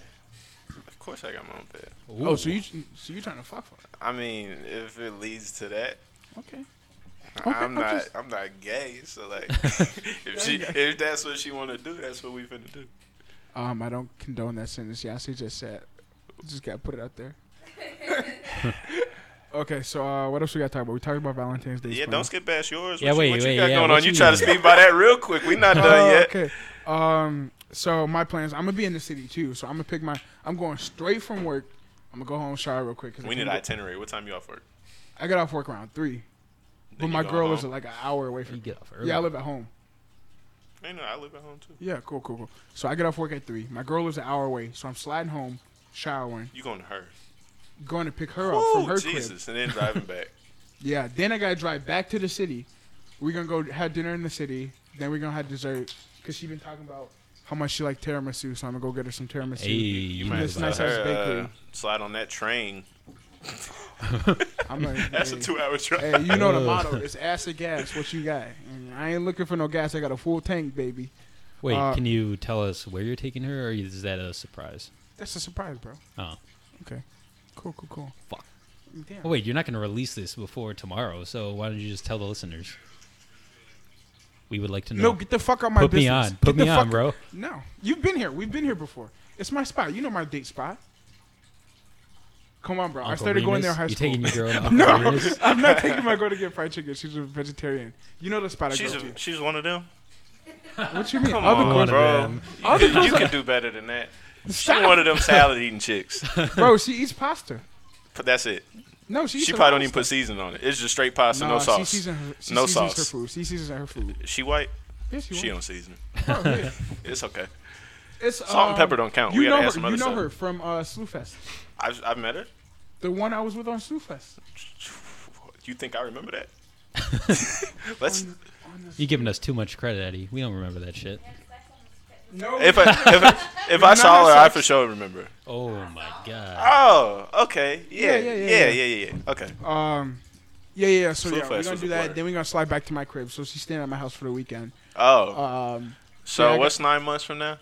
Speaker 5: Of course, I got my own bed.
Speaker 1: Oh, so you so you trying to fuck for? it.
Speaker 5: I mean, if it leads to that,
Speaker 1: Okay.
Speaker 5: I'm
Speaker 1: I'm
Speaker 5: not.
Speaker 1: just-
Speaker 5: I'm not gay. So like, if she, if that's what she want to do, that's what we finna do.
Speaker 1: Um, I don't condone that sentence. Yasi just said. Just gotta put it out there. okay, so uh, what else we gotta talk about? We talked about Valentine's Day.
Speaker 5: Yeah,
Speaker 1: plan.
Speaker 5: don't skip past yours.
Speaker 4: Yeah,
Speaker 5: what
Speaker 4: wait,
Speaker 5: you, what
Speaker 4: wait,
Speaker 5: you got
Speaker 4: yeah,
Speaker 5: going
Speaker 4: what
Speaker 5: on? You
Speaker 4: you
Speaker 5: try to
Speaker 4: got?
Speaker 5: speak by that real quick. We not done
Speaker 1: Oh,
Speaker 5: yet.
Speaker 1: Okay. Um. So my plans. I'm gonna be in the city too. So I'm gonna pick my. I'm going straight from work. I'm gonna go home shower real quick. 'cause I
Speaker 5: We need an
Speaker 1: can't go-
Speaker 5: itinerary. What time you off work?
Speaker 1: I got off work around three, but
Speaker 5: you
Speaker 1: my
Speaker 5: go
Speaker 1: girl is
Speaker 5: home?
Speaker 1: like an hour away
Speaker 4: You
Speaker 1: from.
Speaker 4: get off early.
Speaker 1: Yeah, I live at home.
Speaker 5: I know. I live at home too.
Speaker 1: Yeah, cool, cool, cool. So I get off work at three. My girl is an hour away, so I'm sliding home, showering,
Speaker 5: You going to her?
Speaker 1: going to pick her up from
Speaker 5: Oh
Speaker 1: her crib.
Speaker 5: Jesus! And then driving back.
Speaker 1: Yeah, then I gotta drive back to the city. We're gonna go have dinner in the city. Then we're gonna have dessert because she been talking about how much she like tiramisu. So I'm gonna go get her some tiramisu.
Speaker 4: Hey, you might
Speaker 1: This
Speaker 4: as well.
Speaker 1: nice ass
Speaker 5: Her,
Speaker 1: bakery.
Speaker 5: uh, slide on that train.
Speaker 1: I'm like,
Speaker 5: That's
Speaker 1: hey,
Speaker 5: a two-hour drive.
Speaker 1: Hey, you know the
Speaker 4: Ugh.
Speaker 1: motto. It's ass or gas. What you got? And I ain't looking for no gas. I got a full tank, baby.
Speaker 4: Wait,
Speaker 1: Uh,
Speaker 4: can you tell us where you're taking her, or is that a surprise?
Speaker 1: That's a surprise, bro.
Speaker 4: Oh,
Speaker 1: Okay. Cool, cool, cool.
Speaker 4: fuck.
Speaker 1: Damn.
Speaker 4: Oh, wait, you're not going to release this before tomorrow, so why don't you just tell the listeners? We would like to know.
Speaker 1: No, get the fuck out my
Speaker 4: Put me
Speaker 1: business.
Speaker 4: on.
Speaker 1: Get
Speaker 4: Put
Speaker 1: the
Speaker 4: me on,
Speaker 1: fuck-
Speaker 4: bro.
Speaker 1: No, you've been here. We've been here before. It's my spot. You know my date spot. Come on, bro. I
Speaker 4: Uncle
Speaker 1: started going there in
Speaker 4: Remus?
Speaker 1: high
Speaker 4: You
Speaker 1: school.
Speaker 4: taking your girl? to Uncle
Speaker 1: no,
Speaker 4: Remus?
Speaker 1: I'm not taking my girl to get fried chicken. She's a vegetarian. You know the spot I
Speaker 5: She's
Speaker 1: go
Speaker 5: a,
Speaker 1: to.
Speaker 5: she's one of them.
Speaker 1: What you mean?
Speaker 5: Come
Speaker 1: Other
Speaker 5: on,
Speaker 1: girls-
Speaker 5: bro.
Speaker 1: All the
Speaker 5: You,
Speaker 1: girls
Speaker 5: you
Speaker 1: are-
Speaker 5: can do better than that. She's
Speaker 1: Stop.
Speaker 5: one of them salad eating chicks.
Speaker 1: bro, she eats pasta.
Speaker 5: But that's it.
Speaker 1: No, she. Eats
Speaker 5: She
Speaker 1: a
Speaker 5: probably
Speaker 1: lot
Speaker 5: don't
Speaker 1: of
Speaker 5: even put season on it. It's just straight pasta,
Speaker 1: stuff.
Speaker 5: no
Speaker 1: Nah,
Speaker 5: sauce.
Speaker 1: She seasons her, she
Speaker 5: no
Speaker 1: seasons
Speaker 5: sauce.
Speaker 1: her food. She seasons her food.
Speaker 5: She white.
Speaker 1: Yes, you
Speaker 5: She
Speaker 1: want.
Speaker 5: don't season.
Speaker 1: Oh, yeah.
Speaker 5: It's okay.
Speaker 1: it's
Speaker 5: Salt
Speaker 1: um,
Speaker 5: and pepper don't count.
Speaker 1: You
Speaker 5: We
Speaker 1: know
Speaker 5: gotta
Speaker 1: her.
Speaker 5: add some other
Speaker 1: you know
Speaker 5: stuff.
Speaker 1: her from uh, Slew Fest.
Speaker 5: I've, I've met her.
Speaker 1: The one I was with on Slew Fest.
Speaker 5: You think I remember that? Let's.
Speaker 1: Um,
Speaker 4: You're giving us too much credit, Eddie. We don't remember that shit.
Speaker 1: No,
Speaker 5: If I if I, if I
Speaker 1: not
Speaker 5: saw her, I
Speaker 1: sex.
Speaker 5: for sure remember.
Speaker 4: Oh my god.
Speaker 5: Oh, okay.
Speaker 1: Yeah,
Speaker 5: Yeah, yeah,
Speaker 1: yeah,
Speaker 5: yeah,
Speaker 1: yeah,
Speaker 5: yeah, yeah. Okay.
Speaker 1: um, yeah, yeah. So
Speaker 5: Slew
Speaker 1: yeah, we're
Speaker 5: Fest
Speaker 1: gonna
Speaker 5: was
Speaker 1: do
Speaker 5: a
Speaker 1: that.
Speaker 5: blur.
Speaker 1: Then we're gonna slide back to my crib. So she's staying at my house for the weekend. Um,
Speaker 5: Oh,
Speaker 1: yeah, I
Speaker 5: so
Speaker 1: got-
Speaker 5: what's nine months from now?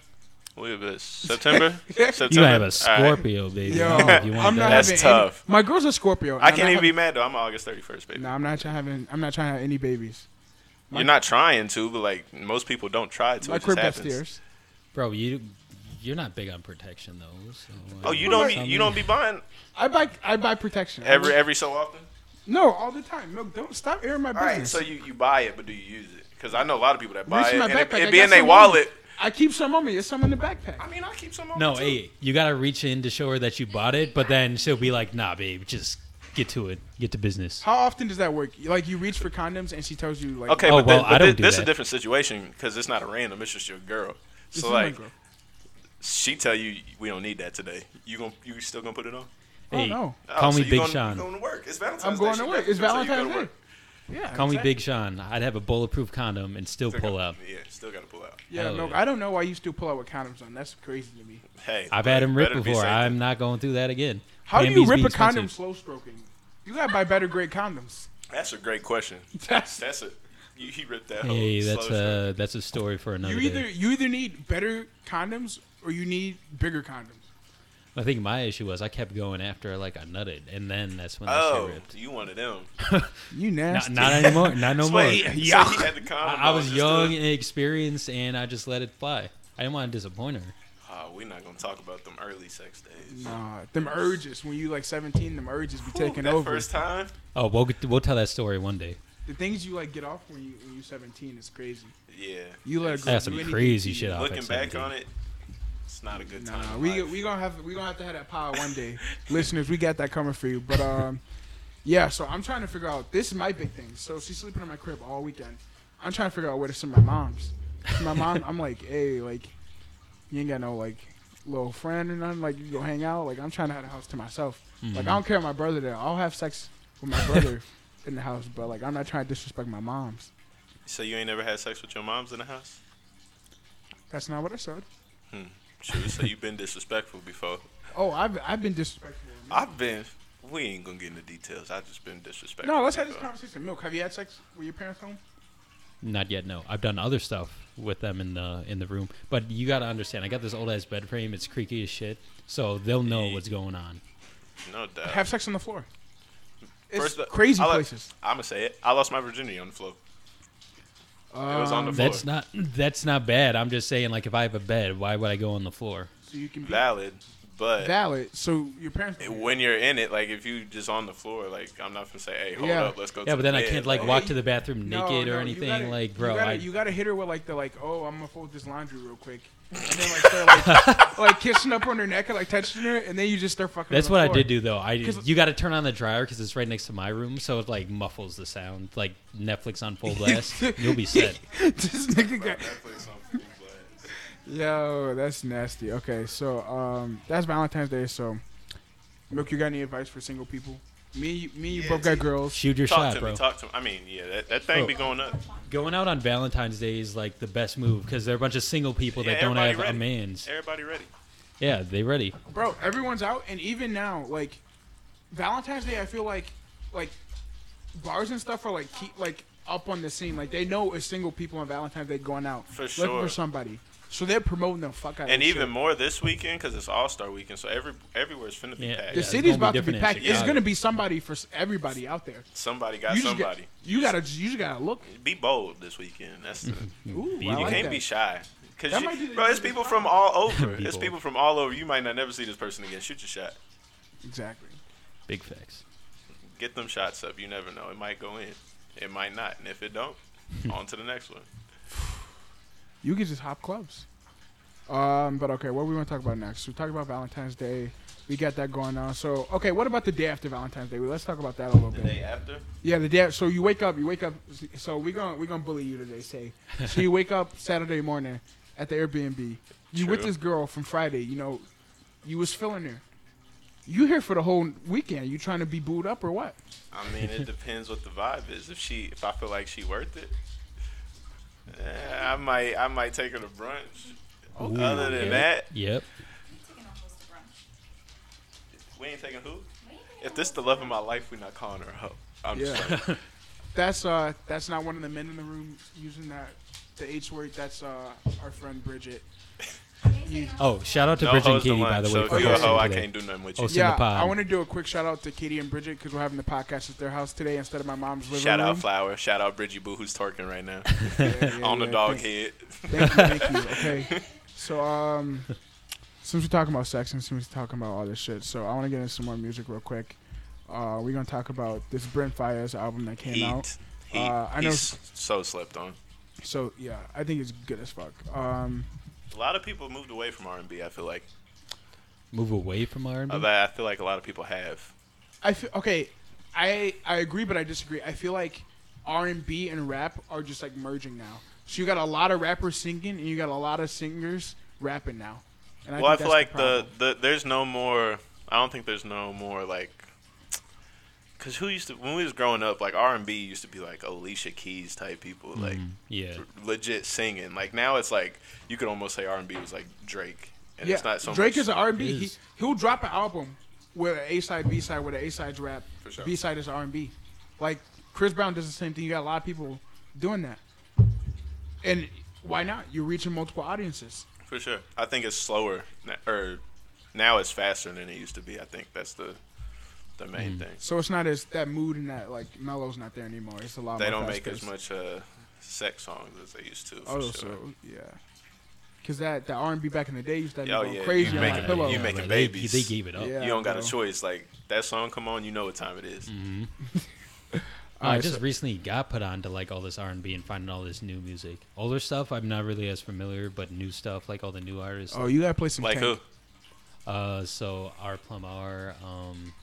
Speaker 5: What is this? September? September.
Speaker 4: You might have a
Speaker 5: All right.
Speaker 4: Scorpio, baby.
Speaker 1: yo,
Speaker 4: I don't know if you want
Speaker 1: I'm not
Speaker 4: that.
Speaker 5: That's
Speaker 1: having any-
Speaker 5: tough.
Speaker 1: my girl's a Scorpio. and
Speaker 5: I
Speaker 1: I'm
Speaker 5: can't
Speaker 1: not
Speaker 5: even be
Speaker 1: having-
Speaker 5: mad though. I'm August 31st, baby.
Speaker 1: No, I'm not trying having. I'm not trying to have any babies.
Speaker 5: You're not trying to, but like most people don't try to.
Speaker 1: My
Speaker 5: it just
Speaker 1: crib
Speaker 5: happens.
Speaker 1: upstairs.
Speaker 4: Bro, you you're not big on protection though. So, uh,
Speaker 5: Oh, you don't be,
Speaker 4: something-
Speaker 5: you don't be buying
Speaker 1: I buy I buy protection
Speaker 5: every every so often.
Speaker 1: no all the time. Milk, don't stop airing my
Speaker 5: All right,
Speaker 1: business.
Speaker 5: so you, you buy it, but do you use it? Because I know a lot of people that buy
Speaker 1: Reach
Speaker 5: it
Speaker 1: in my
Speaker 5: and it,
Speaker 1: backpack,
Speaker 5: it
Speaker 1: I
Speaker 5: be
Speaker 1: got
Speaker 5: in their
Speaker 1: some on me.
Speaker 5: wallet.
Speaker 1: I keep some on me. There's some in the backpack.
Speaker 5: I mean, I keep some. on
Speaker 4: No,
Speaker 5: me, too.
Speaker 4: hey, you gotta reach in to show her that you bought it, but then she'll be like, "Nah, babe, just get to it, get to business."
Speaker 1: How often does that work? Like you reach for condoms and she tells you like
Speaker 5: Okay,
Speaker 4: Oh,
Speaker 5: but, thi-
Speaker 4: well,
Speaker 5: but
Speaker 4: I don't
Speaker 5: thi-
Speaker 4: do
Speaker 5: this is
Speaker 4: that.
Speaker 5: a different situation because it's not a random. It's just your girl.
Speaker 1: "This
Speaker 5: So
Speaker 1: is my
Speaker 5: like,
Speaker 1: girl."
Speaker 5: she tell you we don't need that today. You gon' you still gonna put it on?
Speaker 4: Hey,
Speaker 1: no.
Speaker 4: call
Speaker 5: Oh, so
Speaker 4: me
Speaker 5: you
Speaker 4: Big
Speaker 5: gonna-
Speaker 4: Sean.
Speaker 5: you Going to work. It's Valentine's
Speaker 1: I'm
Speaker 5: Day.
Speaker 1: going
Speaker 5: She
Speaker 1: to work.
Speaker 5: got-
Speaker 1: It's
Speaker 5: so you go to
Speaker 1: Valentine's Day.
Speaker 5: work.
Speaker 1: Yeah,
Speaker 4: Call me
Speaker 1: exactly.
Speaker 4: Big Sean. I'd have a bulletproof condom and still
Speaker 5: Still
Speaker 4: pull
Speaker 5: gotta-
Speaker 4: up.
Speaker 5: Yeah, still gotta pull out.
Speaker 1: Yeah,
Speaker 4: Hell
Speaker 1: milk.
Speaker 4: yeah.
Speaker 1: I don't know why you still pull out with condoms on. That's crazy to me.
Speaker 5: Hey,
Speaker 4: I've had him rip
Speaker 5: better be
Speaker 4: before.
Speaker 5: safe
Speaker 4: I'm not going through that again.
Speaker 1: How do
Speaker 4: Plan
Speaker 1: you
Speaker 4: B's
Speaker 1: rip
Speaker 4: being
Speaker 1: a condom
Speaker 4: expensive.
Speaker 1: slow stroking? You gotta buy better grade condoms.
Speaker 5: than- That's a great question.
Speaker 1: That's
Speaker 5: That's a you, he ripped that. whole
Speaker 4: Hey, that's uh,
Speaker 5: slow shot.
Speaker 4: a that's a story for another
Speaker 1: Oh, you either
Speaker 4: day.
Speaker 1: you either need better condoms or you need bigger condoms.
Speaker 4: I think my issue was I kept going after like I nutted, and then that's when
Speaker 5: Oh,
Speaker 4: I ripped.
Speaker 5: you one of them.
Speaker 1: You
Speaker 4: Not,
Speaker 1: nasty.
Speaker 4: not anymore. Not no
Speaker 5: So
Speaker 4: more.
Speaker 5: he-
Speaker 4: I,
Speaker 5: so he
Speaker 1: Yuck.
Speaker 5: had the condom
Speaker 4: I
Speaker 5: on
Speaker 4: was
Speaker 5: just
Speaker 4: young
Speaker 5: To,
Speaker 4: and inexperienced, and I just let it fly. I didn't want to disappoint her.
Speaker 5: Ah, we're not gonna talk about them early sex days.
Speaker 1: Nah, them urges when you like 17, them urges be taking
Speaker 5: that
Speaker 1: over.
Speaker 5: first time.
Speaker 4: Oh, we'll get- we'll tell that story one day.
Speaker 1: The things you like get off when you when you 17 is crazy.
Speaker 5: Yeah.
Speaker 1: You let a girl
Speaker 4: I got
Speaker 1: do
Speaker 4: some
Speaker 1: anything
Speaker 4: crazy
Speaker 1: to
Speaker 4: shit
Speaker 1: you.
Speaker 4: off.
Speaker 5: Looking
Speaker 4: at
Speaker 5: back
Speaker 4: 17.
Speaker 5: on it, it's not a good time.
Speaker 1: Nah,
Speaker 5: in
Speaker 1: we
Speaker 5: life.
Speaker 1: we gonna have we gonna have to have that power one day, listeners. We got that coming for you. But um, yeah. So I'm trying to figure out. This is my big thing. So she's sleeping in my crib all weekend. I'm trying to figure out where to send my mom's. My mom, I'm like, hey, like, you ain't got no like little friend or nothing. Like you go hang out. Like I'm trying to have the house to myself.
Speaker 5: Mm-hmm.
Speaker 1: Like I don't care if my brother there. I'll have sex with my brother in the house. But like I'm not trying to disrespect my mom's.
Speaker 5: So you ain't never had sex with your moms in the house?
Speaker 1: That's not what I said.
Speaker 5: Sure. So you've been disrespectful before.
Speaker 1: Oh, I've I've been disrespectful.
Speaker 5: I've been. We ain't gonna get into details. I've just been disrespectful.
Speaker 1: No, let's have this
Speaker 5: before.
Speaker 1: conversation. Milk, have you had sex with your parents' home?
Speaker 4: Not yet. No, I've done other stuff with them in the in the room. But you got to understand, I got this old ass bed frame. It's creaky as shit, so they'll know what's going on.
Speaker 5: No doubt.
Speaker 1: Have sex on the floor. It's
Speaker 5: First, uh,
Speaker 1: crazy
Speaker 5: I lo-
Speaker 1: places.
Speaker 5: I'm gonna say it. I lost my virginity on the floor. it was on the
Speaker 1: Um,
Speaker 5: floor.
Speaker 4: That's not that's not bad. I'm just saying, like, if I have a bed, why would I go on the floor?
Speaker 1: So you can be
Speaker 5: valid, but
Speaker 1: valid. So your parents.
Speaker 5: when you're in it, like if you just on the floor, like I'm not gonna say, hey, hold
Speaker 1: Yeah.
Speaker 5: up, let's go.
Speaker 4: Yeah,
Speaker 5: to
Speaker 4: but
Speaker 5: the
Speaker 4: then I
Speaker 5: bed,"
Speaker 4: can't like
Speaker 5: Like,
Speaker 4: walk to the bathroom
Speaker 1: No,
Speaker 4: naked
Speaker 1: no,
Speaker 4: or
Speaker 1: you
Speaker 4: anything.
Speaker 1: gotta-
Speaker 4: like, bro,
Speaker 1: you gotta,
Speaker 4: I,
Speaker 1: you gotta hit her with like the like, oh, I'm gonna fold this laundry real quick, and then like start like, like kissing up on her neck and like touching her, and then you just start fucking.
Speaker 4: that's
Speaker 1: on the
Speaker 4: what I
Speaker 1: floor.
Speaker 4: did do though. I
Speaker 1: 'Cause-
Speaker 4: you got to turn on the dryer because it's right next to my room, so it like muffles the sound. Like Netflix on full blast, you'll be set.
Speaker 1: this nigga got.
Speaker 5: Netflix on full blast.
Speaker 1: Yo, that's nasty. Okay, so um, that's Valentine's Day. So, Milk, you got any advice for single people? Me, you- me, you
Speaker 5: Yeah,
Speaker 1: both got
Speaker 5: dude.
Speaker 1: girls.
Speaker 4: Shoot your
Speaker 5: Talk
Speaker 4: shot,
Speaker 5: to
Speaker 4: bro.
Speaker 5: me, talk to me. I mean, yeah, that, that thing
Speaker 4: Oh.
Speaker 5: be going up.
Speaker 4: Going out on Valentine's Day is like the best move because they're a bunch of single people
Speaker 5: Yeah,
Speaker 4: that don't
Speaker 5: everybody
Speaker 4: have a
Speaker 5: ready.
Speaker 4: man's.
Speaker 5: Everybody ready?
Speaker 4: Yeah, they ready.
Speaker 1: bro everyone's out and even now like valentine's day i feel like like bars and stuff are like keep like up on the scene like they know it's single people on valentine's day going out
Speaker 5: For
Speaker 1: looking for
Speaker 5: sure.
Speaker 1: somebody so they're promoting the fuck out of
Speaker 5: And
Speaker 1: this
Speaker 5: even
Speaker 1: shit.
Speaker 5: more this weekend because it's All Star weekend, so every everywhere's finna be
Speaker 4: Yeah.
Speaker 5: packed.
Speaker 1: the
Speaker 4: Yeah. it's
Speaker 1: city's
Speaker 4: gonna
Speaker 1: about
Speaker 4: be
Speaker 1: to be
Speaker 4: different in
Speaker 1: packed it's
Speaker 4: Chicago.
Speaker 1: gonna be somebody for s- everybody out there
Speaker 5: Somebody got
Speaker 1: you just got,
Speaker 5: somebody.
Speaker 1: you gotta you just gotta look
Speaker 5: Be bold this weekend. That's the, you
Speaker 1: Ooh,
Speaker 4: Be
Speaker 1: I
Speaker 4: there.
Speaker 1: like
Speaker 5: can't
Speaker 1: that.
Speaker 5: be shy. Cause
Speaker 1: That
Speaker 5: you-
Speaker 1: might be the
Speaker 5: bro, it's
Speaker 1: easiest
Speaker 5: people
Speaker 1: part.
Speaker 5: from all over.
Speaker 4: Be
Speaker 5: it's
Speaker 4: bold.
Speaker 5: people from all over. You might not never see this person again. Shoot your shot.
Speaker 1: exactly
Speaker 4: Big facts.
Speaker 5: Get them shots up. You never know. It might go in. It might not. And if it don't, on to the next one.
Speaker 1: you can just hop clubs um but okay what we want to talk about next we talked about valentine's day we got that going on so okay what about the day after valentine's day let's talk about that a little
Speaker 5: The
Speaker 1: bit
Speaker 5: day after.
Speaker 1: Yeah, the day. So you wake up. You wake up. So we gonna we gonna bully you today. Say. So you wake up Saturday morning at the Airbnb. You with
Speaker 5: True.
Speaker 1: this girl from Friday. You know, you was feeling her. You here for the whole weekend. You trying to be booed up or what?
Speaker 5: I mean, it depends what the vibe is. If she, if I feel like she worth it, eh, I might, I might take her to brunch. Other than that,
Speaker 4: Yep.
Speaker 5: we ain't taking who. If this the love of my life, we not calling her a hoe. I'm just
Speaker 1: Yeah.
Speaker 5: like,
Speaker 1: That's uh, that's not one of the men in the room using that the H word. That's uh, our friend Bridget.
Speaker 4: Oh, shout out to
Speaker 5: no
Speaker 4: Bridget and
Speaker 5: hoes to
Speaker 4: Katie, by the way.
Speaker 5: lunch. So if
Speaker 4: for
Speaker 5: you a
Speaker 4: hosting
Speaker 5: hoe, I
Speaker 4: today.
Speaker 5: can't do nothing with
Speaker 4: Oh,
Speaker 5: you.
Speaker 4: so- It's in the
Speaker 1: Yeah,
Speaker 4: pod.
Speaker 1: I want to do a quick shout out to Katie and Bridget because we're having the podcast at their house today instead of my mom's living
Speaker 5: Shout out
Speaker 1: room.
Speaker 5: Flower. Shout out Bridgie Boo, who's twerking right now
Speaker 1: Yeah, yeah,
Speaker 5: on the
Speaker 1: yeah,
Speaker 5: dog
Speaker 1: thank-
Speaker 5: head.
Speaker 1: Thank you, thank you. Okay. So, um, since we're talking about sex and since we're talking about all this shit, so I want to get into some more music real quick. Uh, we're gonna talk about this Brent Fires album that came
Speaker 5: Heat.
Speaker 1: out.
Speaker 5: Heat.
Speaker 1: Uh, I know-
Speaker 5: He's so slept on.
Speaker 1: So yeah, I think it's good as fuck. Um,
Speaker 5: A lot of people moved away from R&B. I feel like
Speaker 4: Move away from R&B.
Speaker 5: Uh, that. I feel like a lot of people have.
Speaker 1: I feel okay. I I agree, but I disagree. I feel like R and B and rap are just like merging now. So you got a lot of rappers singing, and you got a lot of singers rapping now. And
Speaker 5: well, I
Speaker 1: think
Speaker 5: feel
Speaker 1: that's
Speaker 5: like the,
Speaker 1: problem.
Speaker 5: the there's no more. I don't think there's no more like. Cause who used to when we was growing up, like R and B used to be like Alicia Keys type people, like
Speaker 1: Mm.
Speaker 4: yeah.
Speaker 5: legit singing. Like now it's like you could almost say R and B was like Drake, and
Speaker 1: yeah.
Speaker 5: it's not so
Speaker 1: Drake
Speaker 5: much,
Speaker 1: is an R and B.
Speaker 4: It
Speaker 1: He
Speaker 4: is.
Speaker 1: he'll drop an album with an A side, B side, where the A side's rap,
Speaker 5: sure.
Speaker 1: B side is R and B. Like Chris Brown does the same thing. You got a lot of people doing that, and why not? You're reaching multiple audiences.
Speaker 5: for sure. I think it's slower n- or now it's faster than it used to be. I think that's the the main thing.
Speaker 1: So it's not as that mood and that like mellow's not there anymore. It's a lot.
Speaker 5: They
Speaker 1: more
Speaker 5: don't make
Speaker 1: fast-paced.
Speaker 5: as much uh, sex songs as they used to. For
Speaker 1: Oh,
Speaker 5: sure.
Speaker 1: so yeah, because that that R and B back in the day used to go
Speaker 5: Oh, yeah,
Speaker 1: crazy
Speaker 5: you
Speaker 1: on
Speaker 5: make
Speaker 1: my
Speaker 5: it-
Speaker 1: pillow.
Speaker 5: you make- making
Speaker 4: they,
Speaker 5: babies.
Speaker 4: They gave it up.
Speaker 1: Yeah. Mm.
Speaker 5: you don't got a
Speaker 1: bro.
Speaker 5: choice. Like that song come on, you know what time it is.
Speaker 4: No, Oh, I
Speaker 1: Alright,
Speaker 4: just
Speaker 1: so-
Speaker 4: recently got put on to like all this R and B and finding all this new music. Older stuff I'm not really as familiar, but new stuff like all the new artists.
Speaker 1: Oh, you gotta play some
Speaker 5: Like
Speaker 1: Tank.
Speaker 5: who?
Speaker 4: Uh, so R Plum R. Um,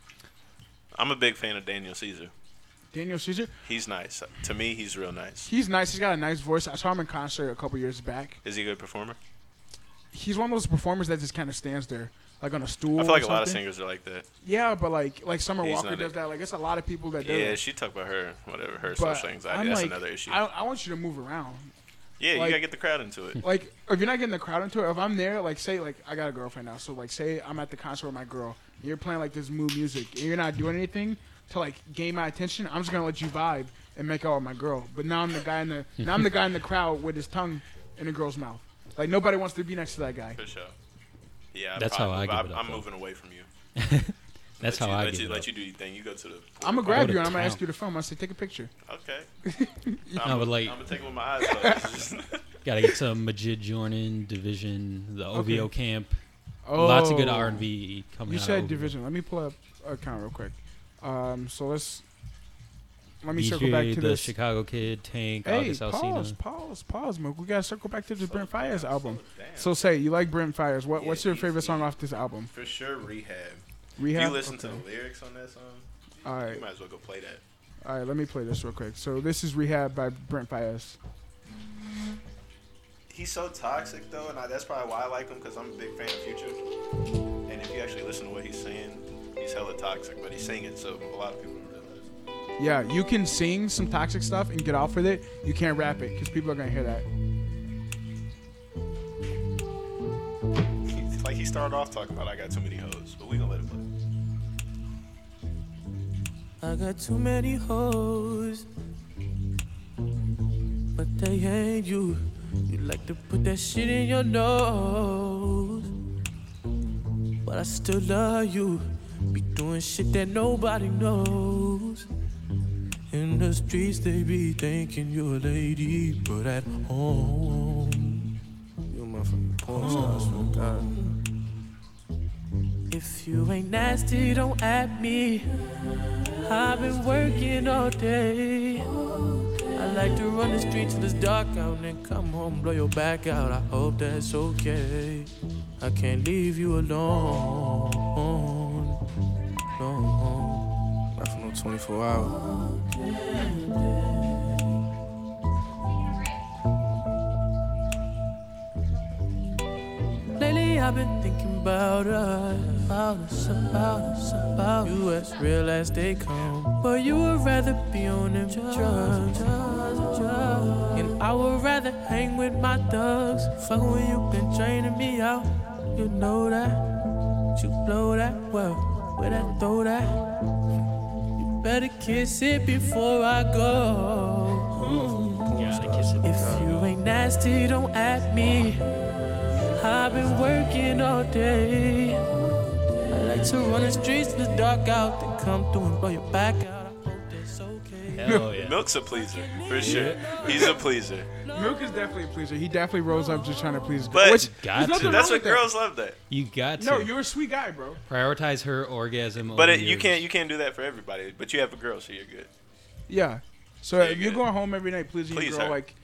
Speaker 5: I'm a big fan of Daniel Caesar.
Speaker 1: Daniel Caesar.
Speaker 5: He's nice. To me, he's real nice.
Speaker 1: He's nice. He's got a nice voice. I saw him in concert a couple years back.
Speaker 5: Is he a good performer?
Speaker 1: He's one of those performers that just kind of stands there, like on a stool.
Speaker 5: I feel like
Speaker 1: or
Speaker 5: a lot of
Speaker 1: something.
Speaker 5: singers are like that.
Speaker 1: Yeah, but like like Summer
Speaker 5: He's
Speaker 1: Walker
Speaker 5: not
Speaker 1: does
Speaker 5: it.
Speaker 1: that. Like it's a lot of people that do.
Speaker 5: Yeah,
Speaker 1: it.
Speaker 5: she talked about her whatever her
Speaker 1: But
Speaker 5: social anxiety.
Speaker 1: I'm
Speaker 5: That's
Speaker 1: like,
Speaker 5: another issue.
Speaker 1: I, I want you to move around.
Speaker 5: yeah,
Speaker 1: like-
Speaker 5: you gotta get the crowd into it.
Speaker 1: Like if you're not getting the crowd into it, if I'm there, like say like I got a girlfriend now, so like say I'm at the concert with my girl, and you're playing like this mood music, and you're not doing anything to like gain my attention, I'm just gonna let you vibe and make out with my girl. But now I'm the guy in the now I'm the guy in the crowd with his tongue in the girl's mouth. Like nobody wants to be next to that guy.
Speaker 5: For sure. Yeah, I'd
Speaker 4: That's how
Speaker 5: probably
Speaker 4: I
Speaker 5: move.
Speaker 4: give it up,
Speaker 5: I'm
Speaker 4: though.
Speaker 5: moving away from you.
Speaker 4: that's
Speaker 5: let
Speaker 4: how
Speaker 5: you,
Speaker 4: I
Speaker 5: let
Speaker 4: give
Speaker 5: you
Speaker 4: it
Speaker 5: let
Speaker 4: up.
Speaker 5: you do your thing. You go to the.
Speaker 1: I'm gonna
Speaker 4: Go
Speaker 1: grab
Speaker 4: to
Speaker 1: you and I'm gonna
Speaker 4: town.
Speaker 1: ask you to film. I say take a picture.
Speaker 5: Okay.
Speaker 4: No, but like
Speaker 5: I'm gonna take it with my eyes closed.
Speaker 4: gotta get some Majid Jordan, Division, the OVO
Speaker 1: Okay.
Speaker 4: camp.
Speaker 1: Oh,
Speaker 4: Lots of good R and B coming
Speaker 1: You
Speaker 4: out. of
Speaker 1: said
Speaker 4: OVO.
Speaker 1: division. Let me pull up account real quick. Um, so let's let me
Speaker 4: DJ,
Speaker 1: circle back to
Speaker 4: the
Speaker 1: this.
Speaker 4: Chicago Kid, Tank,
Speaker 1: Hey,
Speaker 4: August
Speaker 1: pause,
Speaker 4: Alsina.
Speaker 1: pause, pause, Mook. We gotta circle back to the Brent Fires album. So say you like Brent Fires. What what's your
Speaker 5: he's-
Speaker 1: favorite song off this album?
Speaker 5: For sure, rehab.
Speaker 1: Rehab.
Speaker 5: You listen to
Speaker 1: Okay.
Speaker 5: the lyrics on that song.
Speaker 1: All
Speaker 5: You
Speaker 1: right,
Speaker 5: might as well go play that.
Speaker 1: all right. Let me play this real quick. So this is Rehab by Brent Fires.
Speaker 5: He's so toxic though, and I, that's probably why I like him because I'm a big fan of Future. And if you actually listen to what he's saying, he's hella toxic, but he's singing, so a lot of people don't realize.
Speaker 1: Yeah, you can sing some toxic stuff and get off with it. You can't rap it because people are gonna hear that.
Speaker 5: He- like he started off talking about I got too many hoes, but we gonna let it play.
Speaker 2: I got too many hoes, but they ain't you. You like to put that shit in your nose, but I still love you. Be doing shit that nobody knows. In the streets, they be thinking you're a lady, but at home, you motherfucking porn star, If you ain't nasty, don't at me. I've been working all day. I like to run the streets till it's dark out and then come home, blow your back out. I hope that's okay. I can't leave you alone. No, not for no 24 hours. I've been thinking about us, about us, about us, about you as real as they come. But you would rather be on them drugs, drugs, drugs. and I would rather hang with my thugs. Fuck when you've been draining me out, you know that, you blow that well, where that throw that. You better kiss it before I go.
Speaker 4: Gotta kiss it.
Speaker 2: If you ain't nasty, don't at me. I've been working all day. I like to run the streets in the dark out, then come through and blow your back out. I hope that's okay.
Speaker 4: Hell yeah.
Speaker 5: Milk's a pleaser, for sure. He's a pleaser.
Speaker 1: Milk is definitely a pleaser. He definitely rolls up just trying to please.
Speaker 5: But-
Speaker 1: which, there's
Speaker 4: Got
Speaker 1: nothing
Speaker 4: to.
Speaker 1: wrong
Speaker 5: That's what
Speaker 1: with that.
Speaker 5: girls love that.
Speaker 4: You got to
Speaker 1: No, you're a sweet guy, bro.
Speaker 4: prioritize her orgasm. over
Speaker 5: But it, you
Speaker 4: yours.
Speaker 5: can't you can't do that for everybody. But you have a girl, so you're good.
Speaker 1: Yeah. So if you're
Speaker 5: good.
Speaker 1: going home every night pleasing
Speaker 5: Please
Speaker 1: your girl,
Speaker 5: her.
Speaker 1: like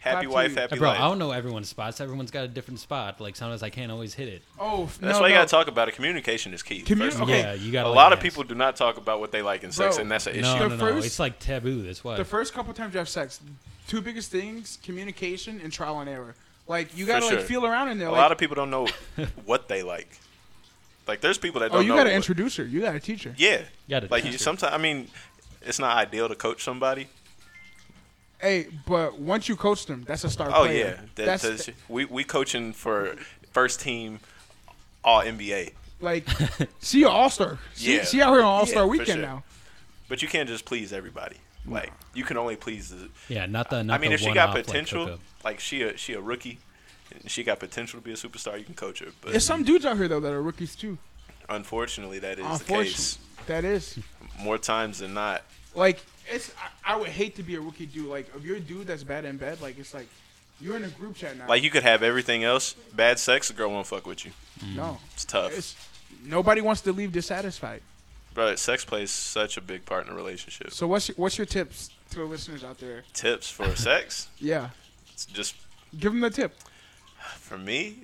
Speaker 5: Happy
Speaker 1: Clap
Speaker 5: wife,
Speaker 1: to you.
Speaker 5: happy
Speaker 4: Hey, Uh, bro,
Speaker 5: life.
Speaker 4: I don't know everyone's spots. Everyone's got a different spot. Like sometimes I can't always hit it.
Speaker 1: oh, f-
Speaker 5: That's
Speaker 1: no,
Speaker 5: why you
Speaker 1: no.
Speaker 5: gotta talk about it. Communication is key.
Speaker 1: Commu-
Speaker 5: first of all.
Speaker 1: Okay.
Speaker 4: Yeah, you got
Speaker 5: a
Speaker 4: like,
Speaker 5: lot of
Speaker 4: ask.
Speaker 5: people do not talk about what they like in sex,
Speaker 1: Bro,
Speaker 5: and that's an issue.
Speaker 4: No,
Speaker 1: The
Speaker 4: no, no.
Speaker 1: first-
Speaker 4: it's like taboo. That's why.
Speaker 1: The first couple times you have sex, two biggest things: communication and trial and error. Like you
Speaker 5: For
Speaker 1: gotta
Speaker 5: sure.
Speaker 1: like feel around in there.
Speaker 5: A
Speaker 1: like,
Speaker 5: lot of people don't know what they like. Like there's people that
Speaker 1: oh,
Speaker 5: don't
Speaker 1: you
Speaker 5: know.
Speaker 1: gotta
Speaker 5: what-
Speaker 1: introduce her. You gotta teach her.
Speaker 5: Yeah.
Speaker 4: gotta
Speaker 5: like
Speaker 4: teach
Speaker 5: you
Speaker 4: her.
Speaker 5: sometimes I mean, it's not ideal to coach somebody.
Speaker 1: Hey, but once you coach them, that's a star
Speaker 5: Oh
Speaker 1: player.
Speaker 5: yeah. That-
Speaker 1: that's
Speaker 5: that's- we we coaching for first team all NBA.
Speaker 1: like she an all star. She,
Speaker 5: Yeah.
Speaker 1: she out here on all star
Speaker 5: Yeah, for
Speaker 1: weekend
Speaker 5: sure.
Speaker 1: now.
Speaker 5: But you can't just please everybody. Like you can only please the
Speaker 4: yeah, not the. Not
Speaker 5: I mean,
Speaker 4: the
Speaker 5: if she
Speaker 4: one
Speaker 5: got
Speaker 4: off, like,
Speaker 5: potential,
Speaker 4: hookup.
Speaker 5: like, she a she a rookie, and she got potential to be a superstar. You can coach her, but
Speaker 1: There's some dudes out here though that are rookies too.
Speaker 5: unfortunately, that is the
Speaker 1: Unfortunately,
Speaker 5: case
Speaker 1: that is
Speaker 5: more times than not.
Speaker 1: like it's. I, I would hate to be a rookie dude. Like if you're a dude that's bad in bed, like it's like you're in a group chat now.
Speaker 5: Like you could have everything else, bad sex, a girl won't fuck with you.
Speaker 1: no,
Speaker 5: It's tough,
Speaker 1: it's nobody wants to leave dissatisfied.
Speaker 5: but sex plays such a big part in a relationship.
Speaker 1: So what's your, what's your tips to the listeners out there?
Speaker 5: Tips for sex,
Speaker 1: Yeah,
Speaker 5: it's just
Speaker 1: give them the tip.
Speaker 5: for me,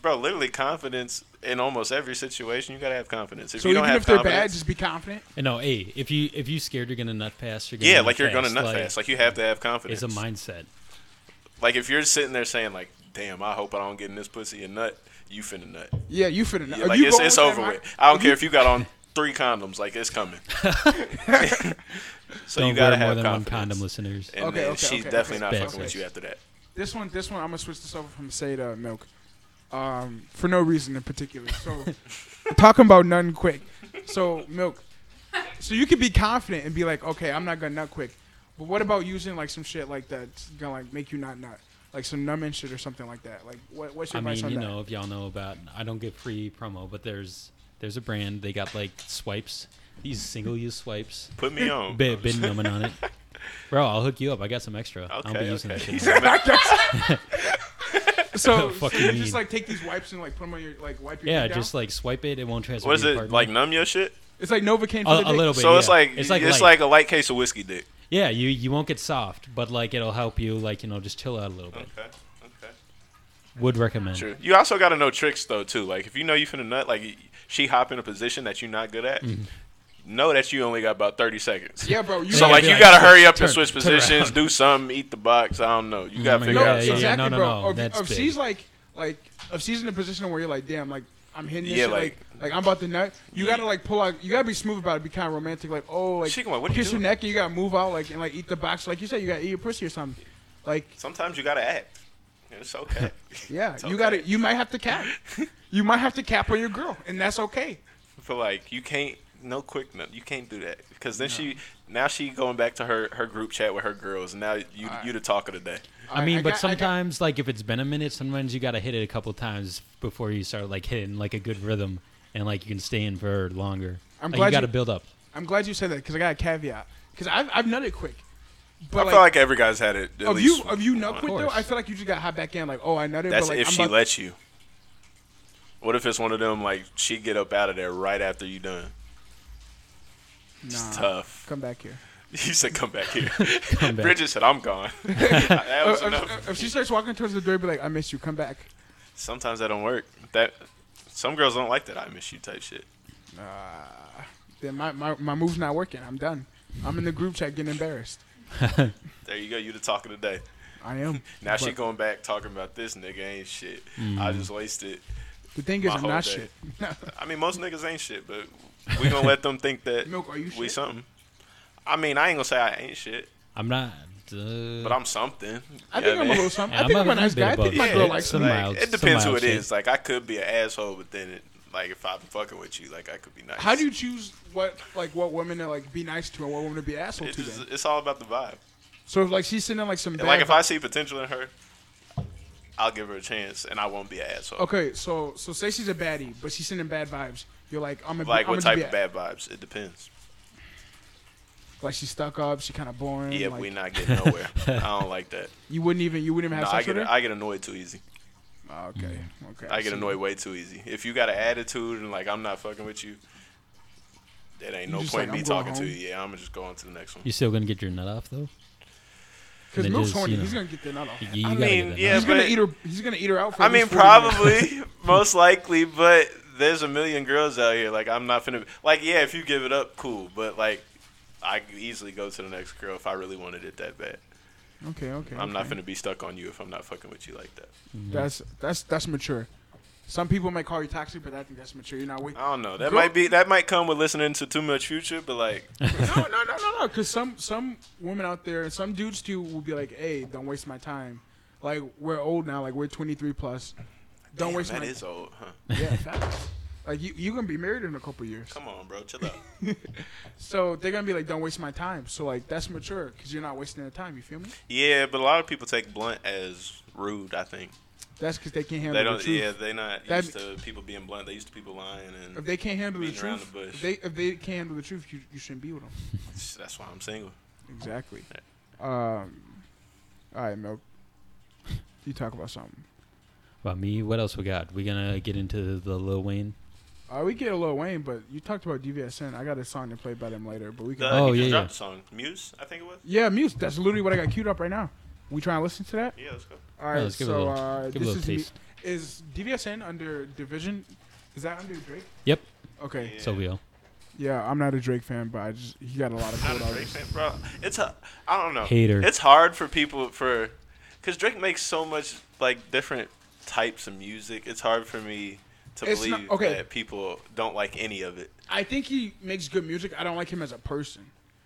Speaker 5: bro. Literally, confidence in almost every situation. You gotta have confidence. If
Speaker 1: So
Speaker 5: you
Speaker 1: even
Speaker 5: don't have
Speaker 1: if they're bad,
Speaker 5: confidence,
Speaker 1: just be confident.
Speaker 4: And no, hey, if you if you scared you're gonna nut pass, you're gonna
Speaker 5: yeah,
Speaker 4: nut
Speaker 5: like you're gonna
Speaker 4: fast.
Speaker 5: nut
Speaker 4: Like,
Speaker 5: fast. Like you have to have confidence.
Speaker 4: It's a mindset.
Speaker 5: Like if you're sitting there saying like, "Damn, I hope I don't get in this pussy and nut," you finna nut.
Speaker 1: Yeah, you finna know.
Speaker 5: Yeah, like it's, it's over with. I don't care if you got on three condoms. Like it's coming. so
Speaker 4: Don't
Speaker 5: you gotta
Speaker 4: wear more
Speaker 5: have
Speaker 4: than
Speaker 5: confidence.
Speaker 4: one condom, listeners.
Speaker 5: And
Speaker 1: Okay,
Speaker 5: then
Speaker 1: okay,
Speaker 5: she's
Speaker 1: okay,
Speaker 5: definitely
Speaker 4: okay.
Speaker 5: not fucking
Speaker 4: Bad
Speaker 5: with you
Speaker 4: sex.
Speaker 5: after that.
Speaker 1: This one, this one, I'm gonna switch this over from say to milk, um, for no reason in particular. So, talking about none quick. So milk. So you can be confident and be like, okay, I'm not gonna nut quick. But what about using like some shit like that's gonna like make you not nut, like some numbing shit or something like that? Like, what, what's your
Speaker 4: I
Speaker 1: advice
Speaker 4: mean,
Speaker 1: on
Speaker 4: you
Speaker 1: that?
Speaker 4: know, if y'all know about, I don't get free promo, but there's there's a brand. They got like swipes, these single use swipes.
Speaker 5: Put me on.
Speaker 4: Been been numbing on it, bro. I'll hook you up. I got some extra. I'll be
Speaker 5: Okay,
Speaker 4: using
Speaker 5: okay.
Speaker 4: that shit.
Speaker 1: So,
Speaker 4: The fuck
Speaker 1: so
Speaker 4: you
Speaker 1: you
Speaker 4: mean?
Speaker 1: just like take these wipes and like put them on your like wipe your
Speaker 4: Yeah,
Speaker 1: dick down?
Speaker 4: just like swipe it. It won't transfer.
Speaker 5: What is
Speaker 4: to your
Speaker 5: it
Speaker 4: partner.
Speaker 5: like? Numb your shit.
Speaker 1: it's like Novocaine for
Speaker 4: a,
Speaker 1: the
Speaker 4: a
Speaker 1: dick.
Speaker 4: little bit.
Speaker 5: So it's
Speaker 4: yeah.
Speaker 5: like
Speaker 4: it's like
Speaker 5: it's
Speaker 4: light.
Speaker 5: like a light case of whiskey dick.
Speaker 4: Yeah, you you won't get soft, but like it'll help you like you know just chill out a little bit.
Speaker 5: Okay. Okay.
Speaker 4: Would recommend.
Speaker 5: True. You also got to know tricks though too. Like if you know you finna nut, like she hop in a position that you're not good at, know that you only got about thirty seconds.
Speaker 1: Yeah, bro. You
Speaker 5: So
Speaker 4: Yeah, Mm-hmm.
Speaker 5: like
Speaker 4: be
Speaker 5: you
Speaker 4: like,
Speaker 5: gotta hurry up
Speaker 4: turn-
Speaker 5: and switch
Speaker 4: turn
Speaker 5: positions,
Speaker 4: around.
Speaker 5: do something, eat the box. I don't know. You gotta
Speaker 4: my
Speaker 5: figure
Speaker 1: No,
Speaker 4: God,
Speaker 5: out
Speaker 4: yeah,
Speaker 5: something.
Speaker 1: exactly,
Speaker 4: no, no,
Speaker 1: bro.
Speaker 4: no,
Speaker 1: If-
Speaker 4: that's
Speaker 1: if she's
Speaker 4: big.
Speaker 1: like, like, if she's in a position where you're like, damn, like, I'm hitting this
Speaker 5: Yeah,
Speaker 1: shit, like,
Speaker 5: like-
Speaker 1: like, I'm about to nut. You gotta like pull out. You gotta be smooth about it. Be kind of romantic, like, oh, like,
Speaker 5: She gonna like, what you
Speaker 1: kiss your
Speaker 5: doing?
Speaker 1: neck, and you gotta move out, like, and like eat the box, like you said, you gotta eat your pussy or something. Like,
Speaker 5: Sometimes you gotta act. It's okay.
Speaker 1: yeah,
Speaker 5: It's
Speaker 1: you gotta.
Speaker 5: okay.
Speaker 1: You might have to cap. you might have to cap on your girl, and that's okay.
Speaker 5: But like you can't no quick no you can't do that because then she now she going back to her her group chat with her girls and now you you the talk of the day.
Speaker 4: I mean,
Speaker 1: I got- I
Speaker 4: but
Speaker 1: got-
Speaker 4: sometimes like if it's been a minute, sometimes you gotta hit it a couple times before you start like hitting like a good rhythm, and like you can stay in for longer.
Speaker 1: I'm
Speaker 4: like,
Speaker 1: glad
Speaker 4: you gotta
Speaker 1: you-
Speaker 4: build up.
Speaker 1: I'm glad you said that because I got a caveat. Because I've I've nutted quick, but
Speaker 5: I feel like every guy's had it. At
Speaker 1: of
Speaker 5: least
Speaker 1: you of you nut
Speaker 5: once.
Speaker 1: quick though,
Speaker 4: course.
Speaker 1: I feel like you just got hop back in. Like, oh, I nutted.
Speaker 5: That's
Speaker 1: but, like,
Speaker 5: if
Speaker 1: I'm
Speaker 5: she
Speaker 1: about-
Speaker 5: lets you. What if it's one of them like she get up out of there right after you done?
Speaker 1: Nah.
Speaker 5: It's tough.
Speaker 1: Come back here.
Speaker 5: You said come back here.
Speaker 4: back.
Speaker 5: Bridget said I'm gone. that was
Speaker 1: Uh,
Speaker 5: enough.
Speaker 1: if, if she starts walking towards the door, be like, "I miss you. Come back."
Speaker 5: Sometimes that don't work. That some girls don't like that I miss you type shit.
Speaker 1: Then my, my, my move's not working. I'm done. I'm in the group chat getting embarrassed.
Speaker 5: There you go, you the talk of the day.
Speaker 1: I am.
Speaker 5: Now she
Speaker 1: But- Mm.
Speaker 5: going back talking about this nigga ain't shit. I just wasted
Speaker 1: The thing is,
Speaker 5: My
Speaker 1: I'm
Speaker 5: whole
Speaker 1: not
Speaker 5: day.
Speaker 1: shit.
Speaker 5: I mean, most niggas ain't shit, but we gonna let them think that
Speaker 1: Milk, are you
Speaker 5: we
Speaker 1: shit?
Speaker 5: something. I mean, I ain't gonna say I ain't shit,
Speaker 4: I'm not. Uh,
Speaker 5: but I'm something.
Speaker 1: I think I'm
Speaker 5: Yeah,
Speaker 1: a
Speaker 5: man.
Speaker 1: little something.
Speaker 4: Yeah,
Speaker 1: I think
Speaker 4: I'm
Speaker 1: I'm
Speaker 4: a-
Speaker 1: a
Speaker 4: I'm a
Speaker 1: nice
Speaker 4: bit
Speaker 1: guy. I think
Speaker 4: above
Speaker 1: my
Speaker 4: that.
Speaker 1: girl
Speaker 4: Yeah,
Speaker 1: likes
Speaker 4: some
Speaker 1: me.
Speaker 5: like,
Speaker 4: mild-
Speaker 5: it
Speaker 4: some
Speaker 5: depends who
Speaker 4: mild
Speaker 5: it is.
Speaker 4: shit.
Speaker 5: Like I could be an asshole, but then it, like if I'm fucking with you, like I could be nice.
Speaker 1: How do you choose what like what women to like be nice to and what women to be asshole
Speaker 5: It's,
Speaker 1: to? Then?
Speaker 5: just, it's all about the vibe.
Speaker 1: So if like she's sending like some
Speaker 5: And
Speaker 1: bad.
Speaker 5: like if I see potential in her, I'll give her a chance, and I won't be an asshole.
Speaker 1: okay, so so say she's a baddie, but she's sending bad vibes. You're like I'm gonna
Speaker 5: Like
Speaker 1: be, I'm
Speaker 5: what
Speaker 1: gonna
Speaker 5: type
Speaker 1: be
Speaker 5: of bad vibes? It depends.
Speaker 1: Like she's stuck up. She kind of boring.
Speaker 5: Yeah,
Speaker 1: Mm, like,
Speaker 5: we not getting nowhere. I don't like that.
Speaker 1: You wouldn't even you wouldn't even
Speaker 5: No,
Speaker 1: have
Speaker 5: I
Speaker 1: sex
Speaker 5: get
Speaker 1: with her.
Speaker 5: I get annoyed too easy.
Speaker 1: Ah, okay, okay.
Speaker 5: I get
Speaker 1: see.
Speaker 5: annoyed way too easy. If you got an attitude and like I'm not fucking with you, that ain't
Speaker 1: You
Speaker 5: no
Speaker 1: just
Speaker 5: point
Speaker 1: like,
Speaker 5: me
Speaker 1: "I'm going
Speaker 5: talking to
Speaker 1: home."
Speaker 5: you. Yeah, I'm gonna just go on to the next one.
Speaker 4: you still gonna get your nut off though?
Speaker 1: because
Speaker 4: They
Speaker 1: Milk's
Speaker 4: just,
Speaker 1: horny.
Speaker 4: you know,
Speaker 1: he's gonna get the nut off.
Speaker 4: You, you
Speaker 5: I
Speaker 4: gotta get
Speaker 5: mean,
Speaker 4: that
Speaker 5: yeah,
Speaker 1: he's
Speaker 4: nut.
Speaker 1: gonna
Speaker 5: but-
Speaker 1: eat her. He's gonna eat her out for.
Speaker 5: I
Speaker 1: at
Speaker 5: mean,
Speaker 1: least 40 minutes.
Speaker 5: probably, most likely, but there's a million girls out here. Like I'm not finna. Like yeah, if you give it up, cool. But like, I could easily go to the next girl if I really wanted it that bad.
Speaker 1: Okay, okay.
Speaker 5: I'm not
Speaker 1: okay.
Speaker 5: finna be stuck on you if I'm not fucking with you like that.
Speaker 1: That's that's that's mature. Some people may call you toxic, but I think that's mature. You're not waiting.
Speaker 5: I don't know. That
Speaker 1: Girl-
Speaker 5: might be. That might come with listening to too much future. But like,
Speaker 1: no, no, no, no, no. Because some some women out there, and some dudes too, will be like, "Hey, don't waste my time." Like we're old now. Like we're 23 plus. Don't
Speaker 5: damn,
Speaker 1: waste
Speaker 5: that
Speaker 1: my.
Speaker 5: is old, huh?
Speaker 1: Yeah, facts. Like you you gonna be married in a couple years,
Speaker 5: Come on, bro, chill out.
Speaker 1: so they're gonna be like, "Don't waste my time." So like that's mature because you're not wasting their time. You feel me?
Speaker 5: Yeah, but a lot of people take blunt as rude. I think
Speaker 1: That's because they can't handle
Speaker 5: they
Speaker 1: the
Speaker 5: don't.
Speaker 1: truth.
Speaker 5: Yeah, they not
Speaker 1: That-
Speaker 5: used to people being blunt. They used to people lying,
Speaker 1: If
Speaker 5: and
Speaker 1: they can't handle the
Speaker 5: Beating around
Speaker 1: truth,
Speaker 5: the bush.
Speaker 1: if they if they can't handle the truth, you, you shouldn't be with them.
Speaker 5: that's why I'm single.
Speaker 1: Exactly. Um, all right, Milk. You talk about something.
Speaker 4: About me, what else we got? We gonna get into the Lil Wayne?
Speaker 1: Uh, we get a Lil Wayne, but you talked about DVSN. I got a song to play about him later, but we can.
Speaker 5: The,
Speaker 4: Oh,
Speaker 5: he just
Speaker 4: yeah,
Speaker 5: dropped
Speaker 4: yeah.
Speaker 5: the song Muse, I think it was.
Speaker 1: yeah, Muse. That's literally what I got queued up right now. We trying to listen to that.
Speaker 5: Yeah, let's go.
Speaker 1: All right.
Speaker 4: let's
Speaker 1: so
Speaker 4: give it a little-
Speaker 1: uh,
Speaker 4: give it a
Speaker 1: this
Speaker 4: little
Speaker 1: is me-
Speaker 4: taste.
Speaker 1: is DVSN under Division? Is that under Drake?
Speaker 4: Yep.
Speaker 1: Okay.
Speaker 4: So we all
Speaker 1: Yeah, I'm not a Drake fan, but I just he got a lot of cool
Speaker 5: Not a Drake
Speaker 1: artists.
Speaker 5: fan, bro. It's a, I don't know.
Speaker 4: Hater.
Speaker 5: It's hard for people for, cause Drake makes so much like different types of music. It's hard for me to
Speaker 1: It's not-
Speaker 5: believe
Speaker 1: okay.
Speaker 5: that people don't like any of it.
Speaker 1: I think he makes good music. I don't like him as a person.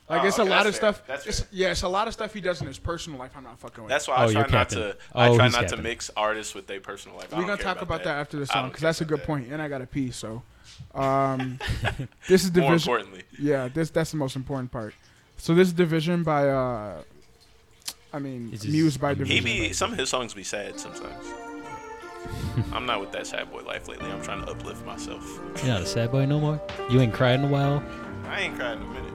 Speaker 1: Like
Speaker 5: Oh,
Speaker 1: it's a
Speaker 5: okay,
Speaker 1: lot of
Speaker 5: that's fair.
Speaker 1: stuff.
Speaker 5: That's
Speaker 1: it's,
Speaker 5: fair.
Speaker 1: yeah, it's a lot of stuff he does in his personal life. I'm not fucking with.
Speaker 5: That's
Speaker 4: Oh,
Speaker 5: why I try
Speaker 4: you're
Speaker 5: not
Speaker 4: capping.
Speaker 5: to. I
Speaker 4: Oh,
Speaker 5: try
Speaker 4: he's
Speaker 5: not to
Speaker 4: capping.
Speaker 5: mix artists with their personal life. I
Speaker 1: We're
Speaker 5: don't
Speaker 1: gonna
Speaker 5: care
Speaker 1: talk about that. after the
Speaker 5: I
Speaker 1: song
Speaker 5: don't
Speaker 1: because
Speaker 5: care
Speaker 1: that's a
Speaker 5: about
Speaker 1: good
Speaker 5: that.
Speaker 1: point, and I got to pee. So, um, this is
Speaker 5: More
Speaker 1: division.
Speaker 5: importantly,
Speaker 1: Yeah, this that's the most important part. So this is division by. uh I mean,
Speaker 4: It's just-
Speaker 1: Muse by
Speaker 4: he
Speaker 5: He
Speaker 1: Division.
Speaker 5: be some of his songs be sad sometimes. I'm not with that sad boy life lately. I'm trying to uplift myself.
Speaker 4: you're not a sad boy no more. You ain't cried in a while.
Speaker 5: I ain't cried in a minute.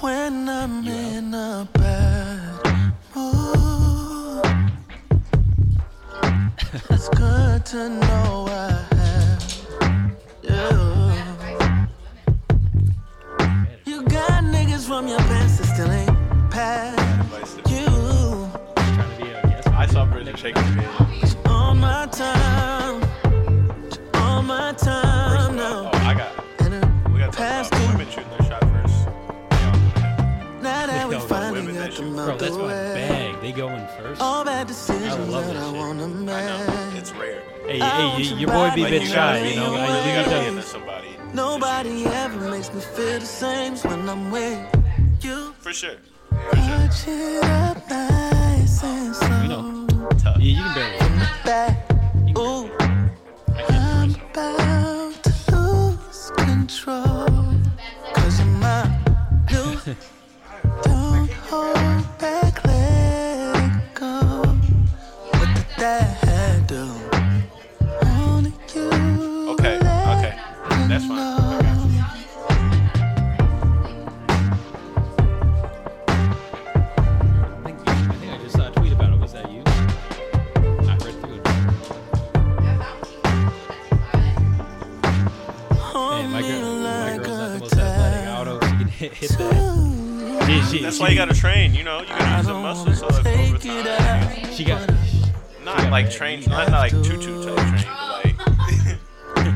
Speaker 2: When I'm in a bad mood, it's good to know I have you. You got niggas from your past that still ain't past
Speaker 5: Advice to-
Speaker 2: you.
Speaker 5: I saw Bridget shake her head.
Speaker 2: On my time, on my time
Speaker 5: Oh,
Speaker 2: now.
Speaker 5: I got.
Speaker 2: And it-
Speaker 5: We got to talk
Speaker 2: Pass
Speaker 5: about
Speaker 2: it.
Speaker 5: women shooting their shot first. Yeah.
Speaker 2: now that we
Speaker 4: Yo,
Speaker 2: finally
Speaker 5: women
Speaker 2: got
Speaker 5: that
Speaker 2: them
Speaker 5: you-
Speaker 4: Bro,
Speaker 2: out
Speaker 4: that's
Speaker 2: the
Speaker 4: my
Speaker 2: way.
Speaker 4: bag. They going first.
Speaker 2: All bad decisions
Speaker 4: love
Speaker 2: that
Speaker 4: that
Speaker 2: I
Speaker 4: shit.
Speaker 2: wanna
Speaker 5: I know
Speaker 2: make.
Speaker 5: it's rare.
Speaker 4: Hey,
Speaker 2: Oh,
Speaker 4: hey, you, your boy be a
Speaker 5: Like
Speaker 4: bit
Speaker 5: you
Speaker 4: shy.
Speaker 5: gotta,
Speaker 4: You know,
Speaker 5: you
Speaker 4: like,
Speaker 5: really
Speaker 4: you
Speaker 5: gotta be
Speaker 4: gotta-
Speaker 5: into somebody.
Speaker 2: Nobody ever makes me feel the same when I'm with you.
Speaker 5: For sure.
Speaker 2: Put it up nice and
Speaker 4: You
Speaker 2: slow.
Speaker 4: know.
Speaker 5: Tough.
Speaker 4: Yeah, you can barely.
Speaker 2: Back, ooh, I'm about to lose control. Cause of my new. Don't hold back, let it go. What did that do? Only you.
Speaker 5: Okay.
Speaker 2: let
Speaker 5: Okay. That's fine. I got you.
Speaker 4: I think, I think I just saw a tweet about it. Was that you? I read through it.
Speaker 2: Hold
Speaker 4: Hey, my,
Speaker 2: me
Speaker 4: girl, my
Speaker 2: like
Speaker 4: girl's not
Speaker 2: a
Speaker 4: the most athletic. I don't know if she can hit, hit that.
Speaker 2: towel.
Speaker 4: She, she,
Speaker 5: That's
Speaker 4: she-
Speaker 5: why you gotta train. You know, you gotta use the muscles. So like over time,
Speaker 4: she got. She,
Speaker 5: not like train, not, not like tutu type train, but like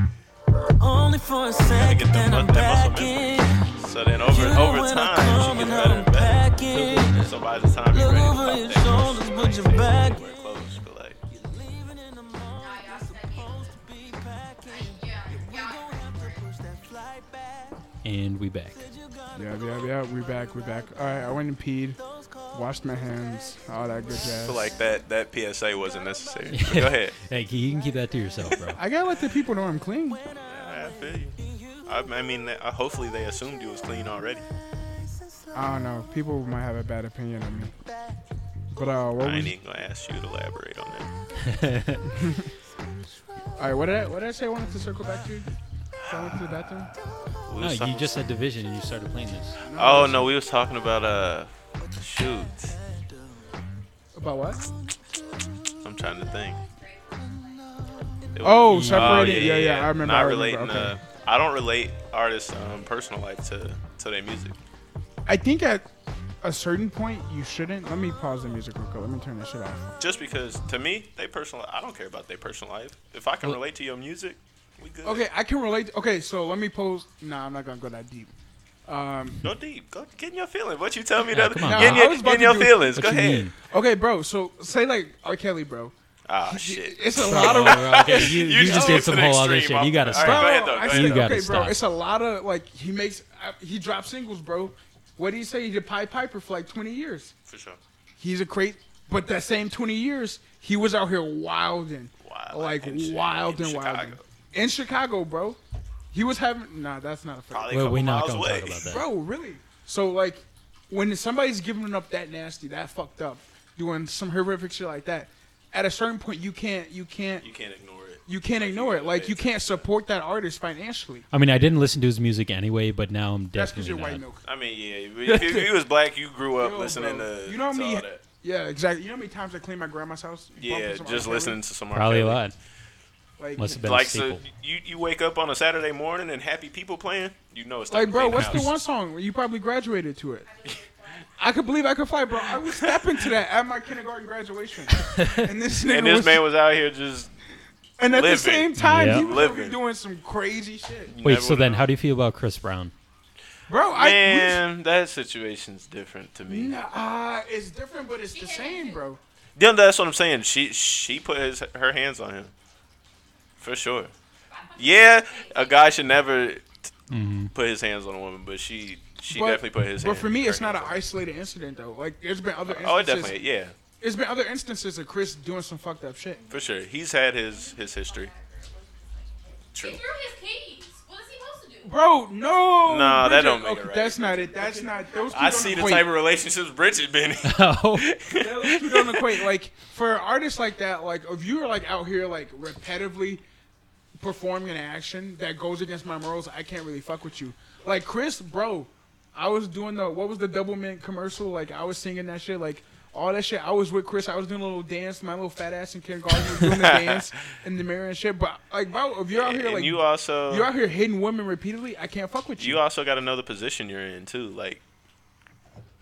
Speaker 6: Only for a
Speaker 5: gotta
Speaker 6: second,
Speaker 5: get them
Speaker 6: then I'm
Speaker 5: mu- that
Speaker 6: back
Speaker 5: muscle
Speaker 6: in.
Speaker 5: memory. So then over
Speaker 6: You know
Speaker 5: over
Speaker 6: when
Speaker 5: time,
Speaker 6: I come
Speaker 5: you
Speaker 6: and
Speaker 5: get better
Speaker 6: I'm
Speaker 5: and better.
Speaker 6: packing.
Speaker 5: So by the time you're
Speaker 6: Look
Speaker 5: ready to
Speaker 6: over
Speaker 5: pop
Speaker 6: your
Speaker 5: that
Speaker 6: shoulders,
Speaker 5: shoulders,
Speaker 6: but your back-
Speaker 5: wear clothes, but like
Speaker 6: Leaving in the morning, you're supposed to be packing. We gon' have to push that flight back.
Speaker 4: and we back.
Speaker 6: Said you gotta
Speaker 1: Yeah, yeah, yeah. We're back. We're back. All right, I went and peed, washed my hands, all that good
Speaker 5: I
Speaker 1: jazz.
Speaker 5: feel like that that PSA wasn't necessary. But go ahead.
Speaker 4: Hey, you can keep that to yourself, bro.
Speaker 1: I gotta let the people know I'm clean.
Speaker 5: I feel you. I, I mean, they- uh, hopefully they assumed you was clean already.
Speaker 1: I don't know. People might have a bad opinion of me. But uh, what
Speaker 5: I
Speaker 1: was?
Speaker 5: ain't even gonna ask you to elaborate on that.
Speaker 1: All right, what did I, what did I say? I wanted to circle back to. I went to the bathroom.
Speaker 5: We
Speaker 4: No,
Speaker 5: was
Speaker 4: you
Speaker 5: talking-
Speaker 4: just said division and you started playing this.
Speaker 5: Oh no, we was talking about uh, shoot.
Speaker 1: About what?
Speaker 5: I'm trying to think. It was-
Speaker 1: Oh,
Speaker 5: Oh,
Speaker 1: separated. yeah, yeah, I remember.
Speaker 5: Not
Speaker 1: I remember.
Speaker 5: relating.
Speaker 1: okay.
Speaker 5: Uh, I don't relate artists' um, personal life to to their music.
Speaker 1: I think at a certain point you shouldn't. Let me pause the music real quick. Let me turn this shit off.
Speaker 5: Just because to me, they personal. I don't care about their personal life. If I can
Speaker 4: Well-
Speaker 5: relate to your music, we good.
Speaker 1: Okay, I can relate. Okay, so let me pose. Nah, I'm not gonna go that deep. Um,
Speaker 5: Go deep. Go get in your feelings. What you tell me the
Speaker 4: Yeah,
Speaker 5: other?
Speaker 4: come on,
Speaker 5: Get in
Speaker 1: bro. I
Speaker 5: your,
Speaker 1: was about
Speaker 5: get in
Speaker 1: to
Speaker 5: your
Speaker 1: do-
Speaker 5: feelings.
Speaker 4: What
Speaker 5: Go
Speaker 4: you
Speaker 5: ahead.
Speaker 4: mean?
Speaker 1: okay, bro. So say like R. Kelly, bro.
Speaker 5: Ah shit.
Speaker 1: It's a
Speaker 4: Bro,
Speaker 1: lot of.
Speaker 4: bro, okay, you, you
Speaker 5: just
Speaker 4: just
Speaker 5: went
Speaker 4: did some
Speaker 5: to the
Speaker 4: whole other
Speaker 5: extreme.
Speaker 4: shit. You gotta
Speaker 5: All right,
Speaker 4: stop.
Speaker 5: go ahead, though.
Speaker 1: I
Speaker 5: Go
Speaker 1: said,
Speaker 5: ahead,
Speaker 4: You gotta
Speaker 1: okay,
Speaker 4: stop.
Speaker 1: bro. It's a lot of like he makes. uh, He drops singles, bro. What do you say? He did Pied Piper for like 20 years.
Speaker 5: For sure.
Speaker 1: He's a great. But that same 20 years, he was out here wilding,
Speaker 5: Wild,
Speaker 1: like
Speaker 5: in Chi-
Speaker 1: wild
Speaker 5: in
Speaker 1: and wild
Speaker 5: Chicago.
Speaker 1: in Chicago, bro. He was having. Nah, that's not a fact.
Speaker 5: Probably a
Speaker 4: Well,
Speaker 5: couple
Speaker 4: we're not
Speaker 5: miles
Speaker 4: gonna
Speaker 5: away.
Speaker 4: talk about that.
Speaker 1: Bro, really? So like, when somebody's giving up that nasty, that fucked up, doing some horrific shit like that, at a certain point you can't, you can't,
Speaker 5: You can't ignore it.
Speaker 1: you can't ignore it. Like you can't support that artist financially.
Speaker 4: I mean, I didn't listen to his music anyway, but now I'm
Speaker 1: That's because
Speaker 4: definitely
Speaker 1: you're white
Speaker 4: not.
Speaker 1: milk.
Speaker 5: I mean, yeah. If, if you was black, you grew up
Speaker 1: Yo,
Speaker 5: listening
Speaker 1: bro,
Speaker 5: to.
Speaker 1: you know how
Speaker 5: to
Speaker 1: many?
Speaker 5: all that.
Speaker 1: Yeah, exactly. You know how many times I clean my grandma's house?
Speaker 5: Yeah,
Speaker 1: Bumping some R.
Speaker 5: just
Speaker 1: Kelly?
Speaker 5: listening to some. R.
Speaker 4: Probably a
Speaker 5: Kelly.
Speaker 4: lot.
Speaker 1: Like,
Speaker 4: Must have been
Speaker 5: Like
Speaker 4: a
Speaker 5: so,
Speaker 4: staple.
Speaker 5: you you wake up on a Saturday morning and happy people playing. You know it's time
Speaker 1: like,
Speaker 5: to
Speaker 1: bro,
Speaker 5: clean
Speaker 1: what's the
Speaker 5: house.
Speaker 1: one song you probably graduated to it? I could believe I could fly, bro. I was stepping to that at my kindergarten graduation, and this nigga
Speaker 5: And this
Speaker 1: was,
Speaker 5: man was out here just.
Speaker 1: and at the
Speaker 5: living.
Speaker 1: same time
Speaker 4: Yeah.
Speaker 1: he was over
Speaker 5: Living.
Speaker 1: doing some crazy shit.
Speaker 4: Wait, so then how do you feel about Chris Brown?
Speaker 1: Bro, I
Speaker 5: Man, that situation's different to
Speaker 1: we,
Speaker 5: me.
Speaker 1: nah, uh, it's different, but it's the same, bro.
Speaker 5: Then that's what I'm saying. She she put his her hands on him, for sure. Yeah, a guy should never t-
Speaker 4: Mm-hmm.
Speaker 5: put his hands on a woman, but she she
Speaker 1: But-
Speaker 5: definitely put his.
Speaker 1: But
Speaker 5: hand-
Speaker 1: for me,
Speaker 5: her
Speaker 1: it's not an
Speaker 5: hands
Speaker 1: isolated incident though. Like there's been other
Speaker 5: on-
Speaker 1: instances.
Speaker 5: Oh, it definitely, yeah,
Speaker 1: There's been other instances of Chris doing some fucked up shit.
Speaker 5: for sure. He's had his his history.
Speaker 7: He
Speaker 5: True.
Speaker 7: threw his keys. What is he supposed to do?
Speaker 1: Bro, no.
Speaker 5: Nah, that
Speaker 1: Bridget.
Speaker 5: don't make it right.
Speaker 1: That's not it. That's not. Those two
Speaker 5: I
Speaker 1: don't
Speaker 5: see the
Speaker 1: equate.
Speaker 5: type of relationships Bridget been in.
Speaker 4: Oh,
Speaker 1: Those two don't equate. Like for artists like that, like if you're like out here like repetitively performing an action that goes against my morals, I can't really fuck with you. Like Chris, bro, I was doing the what was the double mint commercial? Like I was singing that shit, like all that shit. I was with Chris. I was doing a little dance. My little fat ass in kindergarten was doing the dance in the mirror and shit. But like, bro, if you're out here
Speaker 5: and
Speaker 1: like
Speaker 5: you
Speaker 1: you
Speaker 5: also
Speaker 1: are out here hitting women repeatedly, I can't fuck with you.
Speaker 5: you also got to know the position you're in too. Like,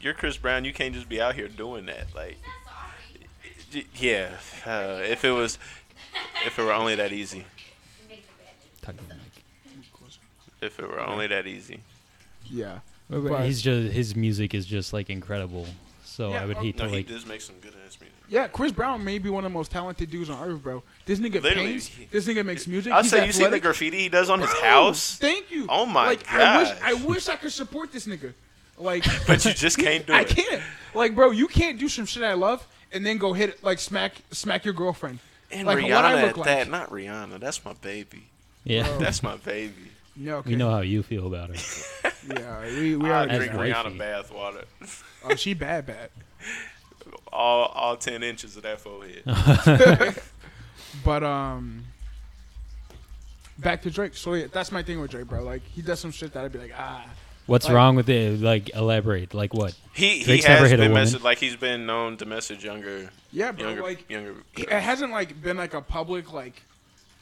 Speaker 5: you're Chris Brown. You can't just be out here doing that. Like, y- yeah. Uh, if it was, if it were only that easy.
Speaker 4: Talk to the mic.
Speaker 5: If it were only that easy.
Speaker 1: yeah.
Speaker 4: But
Speaker 1: But-
Speaker 4: he's just his music is just like incredible. So
Speaker 1: Yeah,
Speaker 4: I would
Speaker 1: oh,
Speaker 4: hate
Speaker 5: No,
Speaker 4: to
Speaker 5: he
Speaker 4: like.
Speaker 5: does make some good ass music.
Speaker 1: Yeah, Chris Brown may be one of the most talented dudes on earth, bro. This nigga
Speaker 5: Literally,
Speaker 1: paints.
Speaker 5: he-
Speaker 1: This nigga makes music.
Speaker 5: I
Speaker 1: he's
Speaker 5: say you see the
Speaker 1: athletic.
Speaker 5: graffiti he does on his
Speaker 1: Bro,
Speaker 5: house,
Speaker 1: Thank you.
Speaker 5: Oh my
Speaker 1: like, I wish,
Speaker 5: gosh.
Speaker 1: I wish I could support this nigga. Like,
Speaker 5: but you just can't do
Speaker 1: I
Speaker 5: it.
Speaker 1: can't. Like, bro, you can't do some shit I love and then go hit like smack smack your girlfriend.
Speaker 5: And
Speaker 1: like
Speaker 5: Rihanna
Speaker 1: what I
Speaker 5: at
Speaker 1: look like.
Speaker 5: that, not Rihanna. That's my baby.
Speaker 4: Yeah,
Speaker 5: That's my baby.
Speaker 1: No, okay.
Speaker 4: we know how you feel about her.
Speaker 1: Yeah, we we
Speaker 5: I
Speaker 1: are.
Speaker 4: That's
Speaker 5: drink
Speaker 4: wifey.
Speaker 5: Rihanna bath water.
Speaker 1: Oh, she bad, bad.
Speaker 5: All all ten inches of that forehead.
Speaker 1: But um, back to Drake. So yeah, that's my thing with Drake, bro. Like, he does some shit that I'd be like, ah.
Speaker 4: What's
Speaker 1: Like-
Speaker 4: wrong with it? Like elaborate. Like what?
Speaker 5: He he
Speaker 4: Drake's
Speaker 5: has
Speaker 4: never hit a
Speaker 5: been
Speaker 4: woman.
Speaker 5: message like he's been known to message younger
Speaker 1: Yeah, bro.
Speaker 5: younger
Speaker 1: like,
Speaker 5: younger.
Speaker 1: it hasn't like been like a public like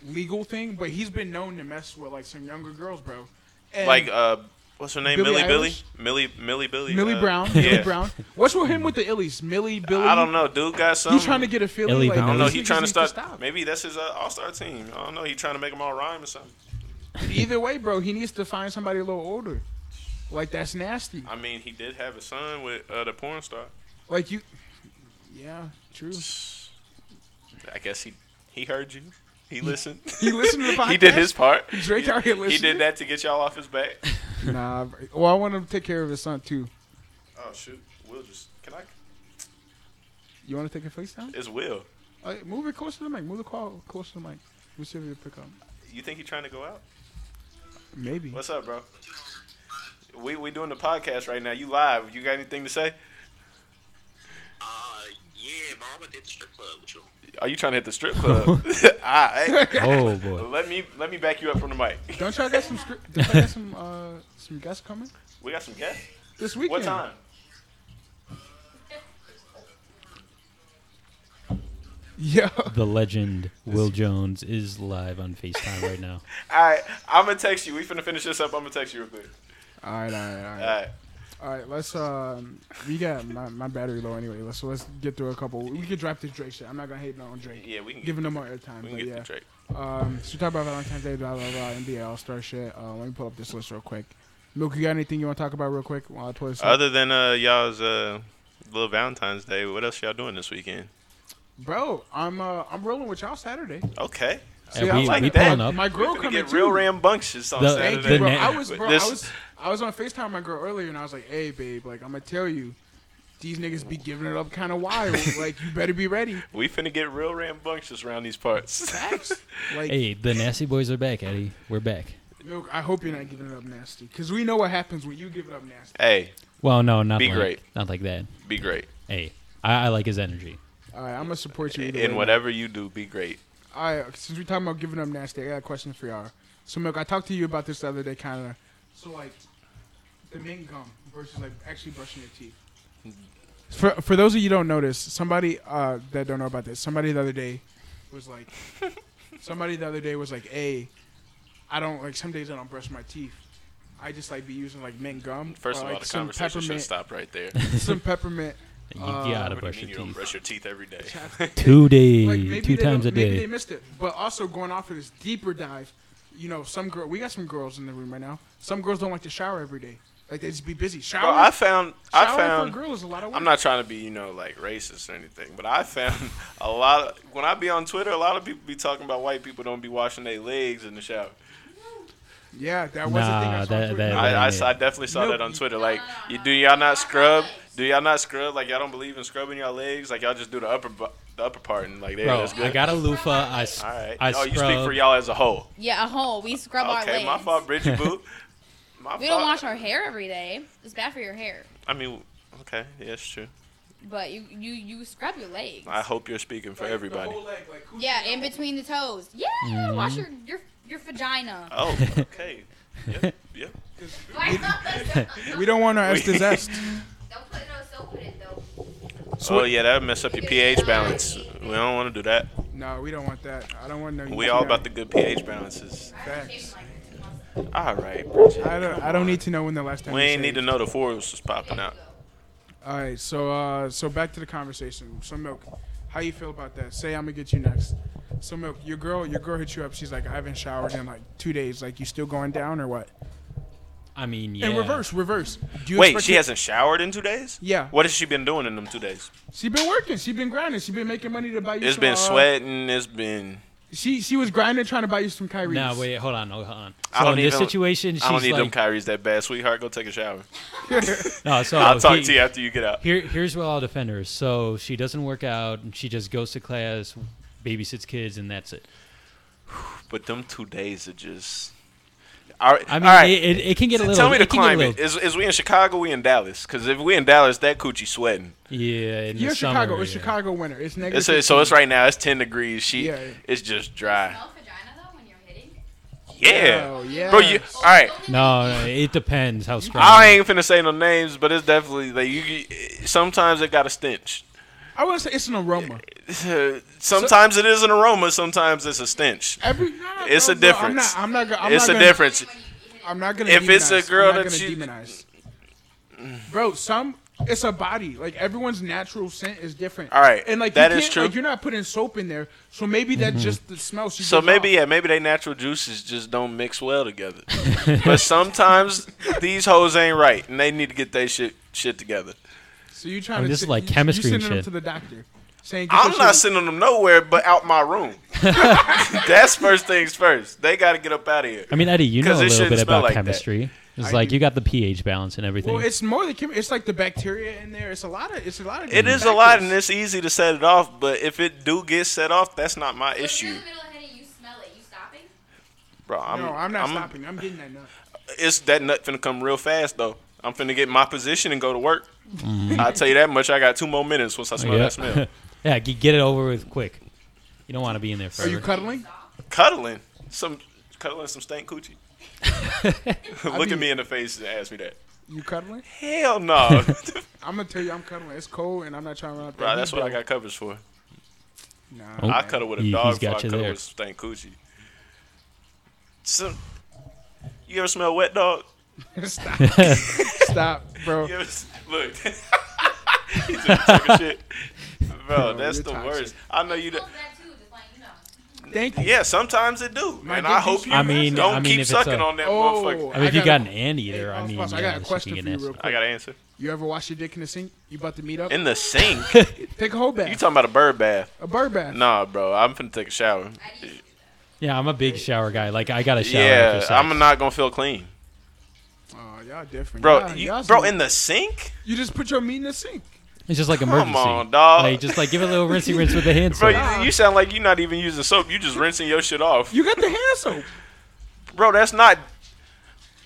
Speaker 1: legal thing, but he's been known to mess with like some younger girls, bro. And
Speaker 5: like uh What's her name?
Speaker 1: Billie
Speaker 5: Millie Billy?
Speaker 1: Eilish?
Speaker 5: Millie Millie Billy.
Speaker 1: Millie
Speaker 5: uh,
Speaker 1: Brown.
Speaker 5: yeah.
Speaker 1: Millie Brown. What's with him with the illies? Millie Billy.
Speaker 5: I don't know. Dude got some.
Speaker 1: He's trying to get a feeling.
Speaker 4: Illy
Speaker 1: like,
Speaker 5: I don't know.
Speaker 1: these
Speaker 5: He
Speaker 1: niggas
Speaker 5: trying to
Speaker 1: need
Speaker 5: start.
Speaker 1: stop.
Speaker 5: Maybe that's his uh, All Star team. I don't know. He trying to make them all rhyme or something.
Speaker 1: Either way, bro, he needs to find somebody a little older. Like that's nasty.
Speaker 5: I mean, he did have a son with uh, the porn star.
Speaker 1: Like you. Yeah, true.
Speaker 5: I guess he he heard you. He listened.
Speaker 1: He listened to the podcast.
Speaker 5: he did his part.
Speaker 1: Drake out here
Speaker 5: He
Speaker 1: listening.
Speaker 5: did that to get y'all off his back.
Speaker 1: Nah. bro. Well, I want him to take care of his son too.
Speaker 5: Oh shoot, Will just can I?
Speaker 1: You want to take a FaceTime?
Speaker 5: It's Will.
Speaker 1: Uh, move it closer to the mic. Move the call closer to the mic. We'll see if you pick up.
Speaker 5: You think he trying to go out?
Speaker 1: Maybe.
Speaker 5: What's up, bro? We we doing the podcast right now. You live. You got anything to say?
Speaker 8: Uh, yeah, bro, I'm gonna hit the strip club with you.
Speaker 5: Are you trying to hit the strip club? All right.
Speaker 4: Oh boy.
Speaker 5: Let me let me back you up from the mic.
Speaker 1: Don't y'all got some script? Don't y'all got some uh some guests coming
Speaker 5: We got some guests.
Speaker 1: this weekend?
Speaker 5: What time?
Speaker 1: Yeah.
Speaker 4: The legend Will Jones is live on FaceTime right now.
Speaker 5: All right. I'm gonna text you. We finna finish this up. I'm gonna text you real quick.
Speaker 1: All right, all right, all
Speaker 5: All
Speaker 1: right.
Speaker 5: right.
Speaker 1: All right, let's. Um, we got my, my battery low anyway. Let's so let's get through a couple. We could drop this Drake shit. I'm not gonna hate no on Drake.
Speaker 5: Yeah, we can
Speaker 1: Giving
Speaker 5: get,
Speaker 1: them more airtime, but
Speaker 5: we can get
Speaker 1: yeah.
Speaker 5: the Drake.
Speaker 1: Um, so we talk about Valentine's Day, blah blah blah, NBA All Star shit. Uh, let me pull up this list real quick. Milk, you got anything you want to talk about real quick? While I pull this up?
Speaker 5: Other than uh, y'all's uh, little Valentine's Day, what else y'all doing this weekend?
Speaker 1: Bro, I'm uh, I'm rolling with y'all Saturday.
Speaker 5: Okay.
Speaker 4: And
Speaker 1: See, I
Speaker 4: we,
Speaker 5: like
Speaker 4: we
Speaker 5: that.
Speaker 4: pulling up.
Speaker 1: My girl
Speaker 5: We finna
Speaker 1: coming
Speaker 5: get
Speaker 1: too.
Speaker 5: real rambunctious on
Speaker 4: The-
Speaker 5: Saturday.
Speaker 1: Thank you, bro.
Speaker 4: The na-
Speaker 1: I was, bro.
Speaker 5: This-
Speaker 1: I was, I was on Facetime with my girl earlier, and I was like, "Hey, babe, like I'm gonna tell you, these niggas be giving it up kind of wild. like you better be ready."
Speaker 5: we finna get real rambunctious around these parts.
Speaker 1: Facts. Like,
Speaker 4: Hey, the nasty boys are back, Eddie. We're back.
Speaker 1: Milk, I hope you're not giving it up nasty, because we know what happens when you give it up nasty.
Speaker 5: hey,
Speaker 4: Well, no, not
Speaker 5: Be
Speaker 4: like,
Speaker 5: great.
Speaker 4: Not like that.
Speaker 5: be great.
Speaker 4: Hey, I, I like his energy.
Speaker 1: All right, I'm gonna support you either
Speaker 5: In
Speaker 1: way.
Speaker 5: whatever you do, be great.
Speaker 1: All right, since we're talking about giving up nasty, I got a question for y'all. So, Milk, I talked to you about this the other day, kind of. So, like, the main gum versus like actually brushing your teeth. For for those of you who don't notice, somebody uh, that don't know about this, somebody the other day was like, somebody the other day was like, "Hey, I don't like some days I don't brush my teeth. I just like be using like mint gum.
Speaker 5: First
Speaker 1: or,
Speaker 5: of
Speaker 1: like,
Speaker 5: all, the
Speaker 1: some
Speaker 5: conversation should
Speaker 1: peppermint-
Speaker 5: stop right there.
Speaker 1: Some peppermint."
Speaker 4: You
Speaker 1: Uh,
Speaker 4: gotta
Speaker 5: Oh, What do you
Speaker 4: brush
Speaker 5: mean you
Speaker 4: your
Speaker 5: don't
Speaker 4: teeth
Speaker 5: brush your teeth every day?
Speaker 4: two
Speaker 1: Like,
Speaker 4: days,
Speaker 1: maybe
Speaker 4: two
Speaker 1: they
Speaker 4: times a
Speaker 1: don't- Maybe they
Speaker 4: day.
Speaker 1: missed it. But also going off of this deeper dive, you know, some girl. We got some girls in the room right now. Some girls don't like to shower every day. Like they just be busy. Shower.
Speaker 5: Bro, I found,
Speaker 1: shower
Speaker 5: I
Speaker 1: for a
Speaker 5: found.
Speaker 1: girl is a lot of work.
Speaker 5: I'm not trying to be, you know, like racist or anything, but I found a lot of when I be on Twitter, a lot of people be talking about white people don't be washing their legs in the shower.
Speaker 1: Yeah, that was a thing. I
Speaker 4: Nah,
Speaker 1: saw on
Speaker 4: that,
Speaker 1: Twitter.
Speaker 4: that
Speaker 5: I, I,
Speaker 4: ain't
Speaker 5: saw- I definitely saw
Speaker 1: No,
Speaker 5: that on
Speaker 1: you-
Speaker 5: Twitter. Like, you, do y'all not scrub? Do y'all not scrub? Like, y'all don't believe in scrubbing your legs? Like, y'all just do the upper, bu- the upper part and like, there,
Speaker 4: it. Bro,
Speaker 5: that's
Speaker 4: I
Speaker 5: good.
Speaker 4: got a loofah. I, s-
Speaker 5: All right.
Speaker 4: I
Speaker 5: oh,
Speaker 4: scrub.
Speaker 5: you speak for y'all as a whole.
Speaker 7: Yeah, a whole. We scrub our
Speaker 5: Okay,
Speaker 7: legs.
Speaker 5: my fault, Bridget Boo. My
Speaker 7: We don't
Speaker 5: fault.
Speaker 7: wash our hair every day. It's bad for your hair.
Speaker 5: I mean, okay, yeah, it's true.
Speaker 7: But you you you scrub your legs.
Speaker 5: I hope you're speaking for
Speaker 1: Like,
Speaker 5: everybody.
Speaker 1: the whole leg, like, who-
Speaker 7: yeah, in between the toes. Yeah, wash your your your vagina.
Speaker 5: Oh, okay. Yep, yep.
Speaker 1: We don't want our S to
Speaker 5: We-
Speaker 1: zest.
Speaker 7: Don't put no soap in it though.
Speaker 5: oh, yeah, that would mess up your pH balance. We don't want to do that.
Speaker 1: No, we don't want that. I don't want no.
Speaker 5: We all about the good pH balances.
Speaker 1: facts.
Speaker 5: All right, Bridget.
Speaker 1: I don't. I don't need to know when the last time.
Speaker 5: We
Speaker 1: you
Speaker 5: ain't need
Speaker 1: shaved.
Speaker 5: to know the foils is popping out.
Speaker 1: All right, so uh, so back to the conversation. So milk, how you feel about that? Say I'm gonna get you next. So milk, your girl, your girl hit you up. She's like, I haven't showered in like two days. Like, you still going down or what?
Speaker 4: I mean, yeah.
Speaker 1: In reverse, reverse. Do you
Speaker 5: Wait,
Speaker 1: expect
Speaker 5: she
Speaker 1: her-
Speaker 5: hasn't showered in two days?
Speaker 1: Yeah.
Speaker 5: What has she been doing in them two days?
Speaker 1: She been working. She been grinding. She been making money to buy you.
Speaker 5: It's
Speaker 1: some,
Speaker 5: been
Speaker 1: uh,
Speaker 5: sweating. It's been.
Speaker 1: She she was grinding trying to buy you some Kyrie.
Speaker 4: Nah, wait, hold on, hold on. So
Speaker 5: I don't
Speaker 4: in
Speaker 5: need
Speaker 4: this
Speaker 5: them-
Speaker 4: situation, she's
Speaker 5: I don't need them
Speaker 4: like,
Speaker 5: Kyries that bad, sweetheart. Go take a shower.
Speaker 4: no, so
Speaker 5: I'll talk
Speaker 4: he-
Speaker 5: to you after you get out.
Speaker 4: Here, here's where I'll defend her. So she doesn't work out, and she just goes to class, babysits kids, and that's it.
Speaker 5: But them two days are just. All right.
Speaker 4: I mean,
Speaker 5: all right.
Speaker 4: it, it, it can get a little.
Speaker 5: Tell me the
Speaker 4: it can get a
Speaker 5: climate. Is, is we in Chicago? We in Dallas? Because if we in Dallas, that coochie sweating.
Speaker 4: little- yeah, in
Speaker 1: You're
Speaker 4: the summer,
Speaker 1: Chicago. It's
Speaker 4: yeah.
Speaker 1: Chicago winter. It's negative.
Speaker 5: It's so it's right now. It's ten degrees. She.
Speaker 1: Yeah.
Speaker 5: It's just dry.
Speaker 7: Smell vagina though when you're hitting.
Speaker 5: Yeah.
Speaker 1: Oh, yeah.
Speaker 5: Bro, you. All right.
Speaker 4: No, no, it depends how strong.
Speaker 5: I ain't finna say no names, but it's definitely like you. you- Sometimes it got a stench.
Speaker 1: I wouldn't say it's an aroma.
Speaker 5: Sometimes it is an aroma. Sometimes it's a stench.
Speaker 1: Every, nah,
Speaker 5: It's
Speaker 1: bro,
Speaker 5: a
Speaker 1: bro,
Speaker 5: difference.
Speaker 1: I'm not. I'm not. go- I'm
Speaker 5: it's
Speaker 1: not
Speaker 5: a
Speaker 1: gonna-
Speaker 5: difference.
Speaker 1: I'm not gonna.
Speaker 5: If it's a
Speaker 1: demonize.
Speaker 5: girl
Speaker 1: I'm not
Speaker 5: that
Speaker 1: gonna
Speaker 5: you-
Speaker 1: demonize. Bro, some it's a body. Like everyone's natural scent is different.
Speaker 5: All right,
Speaker 1: and like
Speaker 5: that
Speaker 1: you
Speaker 5: is
Speaker 1: can't-
Speaker 5: true.
Speaker 1: Like, you're not putting soap in there, so maybe
Speaker 4: Mm-hmm.
Speaker 1: that's just the smell. She
Speaker 5: So
Speaker 1: gives
Speaker 5: maybe
Speaker 1: off.
Speaker 5: yeah, maybe they natural juices just don't mix well together. but sometimes these hoes ain't right, and they need to get their shit shit together.
Speaker 1: So you trying
Speaker 4: I'm
Speaker 1: to
Speaker 4: just
Speaker 1: s-
Speaker 4: like
Speaker 1: you- you
Speaker 4: chemistry and
Speaker 1: sending them
Speaker 4: shit.
Speaker 1: to the doctor, saying get
Speaker 5: I'm
Speaker 1: your
Speaker 5: not
Speaker 1: shit-
Speaker 5: sending them nowhere but out my room. That's first things first. They got to get up out of here.
Speaker 4: I mean, Eddie, you know
Speaker 5: 'Cause
Speaker 4: a
Speaker 5: it
Speaker 4: little
Speaker 5: shouldn't
Speaker 4: bit
Speaker 5: smell
Speaker 4: about
Speaker 5: like that.
Speaker 4: chemistry. It's
Speaker 1: I
Speaker 4: like
Speaker 1: do.
Speaker 4: you got the pH balance and everything.
Speaker 1: Well, it's more the chem- it's like the bacteria in there. It's a lot of it's a lot of.
Speaker 5: It
Speaker 1: different
Speaker 5: is a lot,
Speaker 1: factors.
Speaker 5: and it's easy to set it off. But if it do get set off, that's not my
Speaker 7: If you're
Speaker 5: issue,
Speaker 7: in the middle of hitting, you smell it. You stopping?
Speaker 5: bro. I'm,
Speaker 1: No, I'm not
Speaker 5: I'm-
Speaker 1: stopping. I'm getting that nut.
Speaker 5: It's that nut finna come real fast though. I'm finna get my position and go to work. I'll tell you that much. I got two more minutes once I smell
Speaker 4: Mm-hmm. yeah.
Speaker 5: that smell.
Speaker 4: yeah, g- get it over with quick. You don't want to be in there
Speaker 1: Are
Speaker 4: forever.
Speaker 1: you cuddling?
Speaker 5: cuddling some, cuddling some stank coochie. Look
Speaker 1: be-
Speaker 5: at me in the face and ask me that.
Speaker 1: You cuddling?
Speaker 5: Hell no,
Speaker 1: I'm gonna tell you, I'm cuddling. It's cold, and I'm not trying to run up there.
Speaker 5: bro. That's what I
Speaker 1: Bro,
Speaker 5: got covers for.
Speaker 1: Nah,
Speaker 4: Oh.
Speaker 5: I
Speaker 1: man.
Speaker 5: cuddle with
Speaker 4: He-
Speaker 5: a
Speaker 4: he's got
Speaker 5: dog before I
Speaker 4: you
Speaker 5: cuddle
Speaker 4: there.
Speaker 5: with stank coochie. So, you ever smell wet dog?
Speaker 1: Stop. Stop, bro.
Speaker 5: You ever s- look? he just took a shit. Bro, that's
Speaker 1: you're
Speaker 5: the
Speaker 1: toxic.
Speaker 5: worst. I know you.
Speaker 7: It
Speaker 5: d
Speaker 7: smells bad too, just like you know.
Speaker 1: Thank you.
Speaker 5: Yeah, sometimes it do,
Speaker 1: My
Speaker 5: and
Speaker 1: dick
Speaker 5: I
Speaker 1: is
Speaker 5: hope you
Speaker 1: I
Speaker 4: mean-
Speaker 5: don't
Speaker 4: I mean, if
Speaker 5: keep
Speaker 4: it's a-
Speaker 5: sucking on that
Speaker 1: Oh.
Speaker 5: motherfucker.
Speaker 4: I mean,
Speaker 1: I
Speaker 4: if you
Speaker 1: got
Speaker 4: got
Speaker 1: a-
Speaker 4: an anteater,
Speaker 1: Hey,
Speaker 4: I
Speaker 1: boss,
Speaker 4: mean,
Speaker 1: boss, I
Speaker 4: yeah,
Speaker 1: got a
Speaker 4: she
Speaker 1: question
Speaker 4: can
Speaker 1: for you
Speaker 4: get
Speaker 1: real
Speaker 4: nasty.
Speaker 5: I
Speaker 1: quick.
Speaker 5: got to answer
Speaker 1: You ever wash your dick in the sink? You about to meet up?
Speaker 5: in the sink.
Speaker 1: Take a whole bath.
Speaker 5: you talking about a bird bath?
Speaker 1: a bird bath.
Speaker 5: Nah, bro. I'm finna take a shower.
Speaker 4: Yeah, I'm a big shower guy. Like I got a shower. after
Speaker 5: Yeah,
Speaker 4: sex.
Speaker 5: I'm not gonna feel clean,
Speaker 1: Oh, y'all different.
Speaker 5: bro.
Speaker 1: Y'all-
Speaker 5: you,
Speaker 1: y'all
Speaker 5: bro,
Speaker 1: some-
Speaker 5: in the sink,
Speaker 1: you just put your meat in the sink.
Speaker 4: It's just like
Speaker 5: Come
Speaker 4: emergency.
Speaker 5: on, dog.
Speaker 4: Like just like give it a little rinsey rinse with the hand
Speaker 5: bro.
Speaker 4: soap.
Speaker 5: You, you sound like you're not even using soap. You just rinsing your shit off,
Speaker 1: You got the hand soap.
Speaker 5: bro. That's not.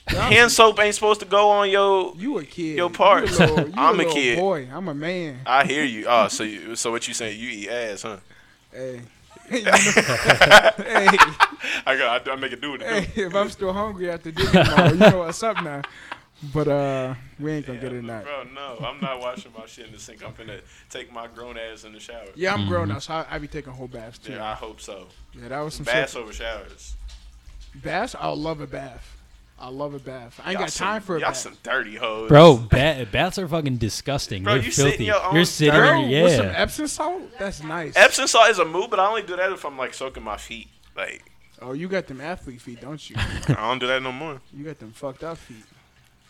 Speaker 5: Hand soap ain't supposed to go on your.
Speaker 1: You a kid.
Speaker 5: Your parts.
Speaker 1: You a little- you
Speaker 5: I'm a
Speaker 1: little
Speaker 5: kid.
Speaker 1: Boy, I'm a man.
Speaker 5: I hear you. Oh, so you, so what you saying? You eat ass, huh?
Speaker 1: Hey. You know- hey,
Speaker 5: I got. I, I make it do it.
Speaker 1: hey, if I'm still hungry after this tomorrow, you know what's up now. But uh, we ain't gonna get it now.
Speaker 5: Bro, no, I'm not washing my shit in the sink. I'm finna take my grown ass in the shower.
Speaker 1: Yeah, I'm grown now, so I, I be taking whole baths too.
Speaker 5: Yeah,
Speaker 1: Yeah,
Speaker 5: I hope so.
Speaker 1: that was some
Speaker 5: Bass
Speaker 1: shit.
Speaker 5: over showers.
Speaker 1: Baths, I love a bath. I love a bath. I ain't
Speaker 5: Y'all
Speaker 1: got time
Speaker 5: some-
Speaker 1: for a
Speaker 5: y'all
Speaker 1: bath.
Speaker 5: some dirty hoes,
Speaker 4: Bro, ba- baths are fucking disgusting.
Speaker 5: Bro,
Speaker 4: They're
Speaker 5: you sit in
Speaker 4: filthy.
Speaker 5: your own
Speaker 4: You're sitting,
Speaker 1: Girl,
Speaker 4: yeah.
Speaker 1: with some Epsom salt, that's nice.
Speaker 5: Epsom salt is a move, but I only do that if I'm like soaking my feet. Like
Speaker 1: oh, you got them athlete feet, don't you?
Speaker 5: I don't do that no more.
Speaker 1: You got them fucked up feet.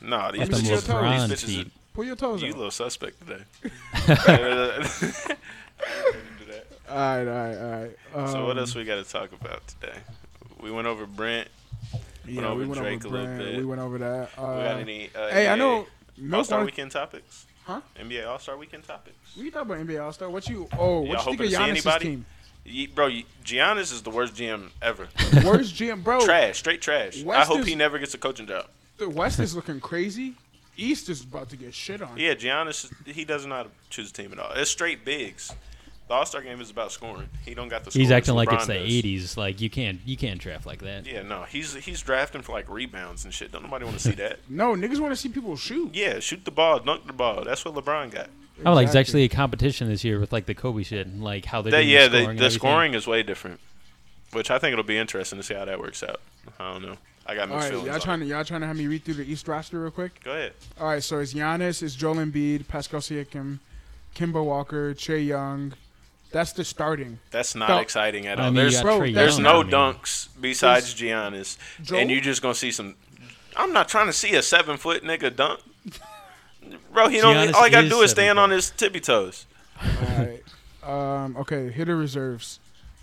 Speaker 5: No, these
Speaker 4: Let them
Speaker 5: bitches,
Speaker 4: LeBron
Speaker 5: these bitches,
Speaker 4: feet.
Speaker 1: Pull your toes
Speaker 5: you
Speaker 1: out.
Speaker 5: little suspect today. I ain't gonna do that.
Speaker 1: all right, all right, all right.
Speaker 5: so
Speaker 1: Um,
Speaker 5: what else we got to talk about today? We went over Brent.
Speaker 1: Yeah,
Speaker 5: over
Speaker 1: we went
Speaker 5: Drake a
Speaker 1: over
Speaker 5: little
Speaker 1: Brand,
Speaker 5: bit.
Speaker 1: We went over that. Uh,
Speaker 5: we got any? Uh,
Speaker 1: hey,
Speaker 5: NBA
Speaker 1: I know.
Speaker 5: All
Speaker 1: Milk
Speaker 5: Star
Speaker 1: wanted,
Speaker 5: Weekend topics.
Speaker 1: Huh?
Speaker 5: NBA All Star Weekend topics.
Speaker 1: we talk about NBA All Star. What you? Oh, what you
Speaker 5: Y'all
Speaker 1: think
Speaker 5: hoping
Speaker 1: of
Speaker 5: to see
Speaker 1: Giannis's
Speaker 5: anybody?
Speaker 1: team?
Speaker 5: Ye- bro, ye- Giannis is the worst GM ever.
Speaker 1: Where's GM, bro?
Speaker 5: trash, straight trash. I
Speaker 1: West
Speaker 5: hope
Speaker 1: is-
Speaker 5: he never gets a coaching job.
Speaker 1: The West is looking crazy. East is about to get shit on.
Speaker 5: Yeah, Giannis, he does not choose a team at all. It's straight bigs. The All Star game is about scoring. He don't got the.
Speaker 4: He's
Speaker 5: score
Speaker 4: acting like
Speaker 5: LeBron
Speaker 4: it's the
Speaker 5: does.
Speaker 4: '80s. Like you can't, you can't draft like that.
Speaker 5: Yeah, no, he's he's drafting for like rebounds and shit. Don't nobody want to see that.
Speaker 1: No, niggas want to see people shoot.
Speaker 5: Yeah, shoot the ball, dunk the ball. That's what LeBron got.
Speaker 4: Oh, like it's
Speaker 1: Exactly.
Speaker 4: actually a competition this year with like the Kobe shit and like how they're
Speaker 5: That,
Speaker 4: doing the
Speaker 5: yeah,
Speaker 4: scoring.
Speaker 5: the,
Speaker 4: and
Speaker 5: the
Speaker 4: everything.
Speaker 5: scoring is way different, which I think it'll be interesting to see how that works out. I don't know. I got
Speaker 1: All
Speaker 5: mixed
Speaker 1: right,
Speaker 5: feelings.
Speaker 1: y'all
Speaker 5: on
Speaker 1: trying
Speaker 5: it.
Speaker 1: to y'all trying to have me read through the East roster real quick.
Speaker 5: Go ahead.
Speaker 1: All right, so it's Giannis, it's Joel Embiid, Pascal Siakam, Kimba Walker, Trey Young. That's the starting.
Speaker 5: That's not
Speaker 1: No.
Speaker 5: exciting at
Speaker 4: I
Speaker 5: all.
Speaker 4: mean, you
Speaker 5: there's
Speaker 4: got
Speaker 1: bro, there's
Speaker 4: Trae
Speaker 5: There's
Speaker 4: Young,
Speaker 5: no
Speaker 4: I mean.
Speaker 5: dunks besides Giannis,
Speaker 1: Joel?
Speaker 5: and you just gonna see some. I'm not trying to see a seven foot nigga dunk, bro. He don't.
Speaker 4: Giannis
Speaker 5: All he gotta
Speaker 4: is
Speaker 5: do is
Speaker 4: seven
Speaker 5: stand
Speaker 4: foot.
Speaker 5: on his tippy toes.
Speaker 1: All right. Um, okay, hitter reserves.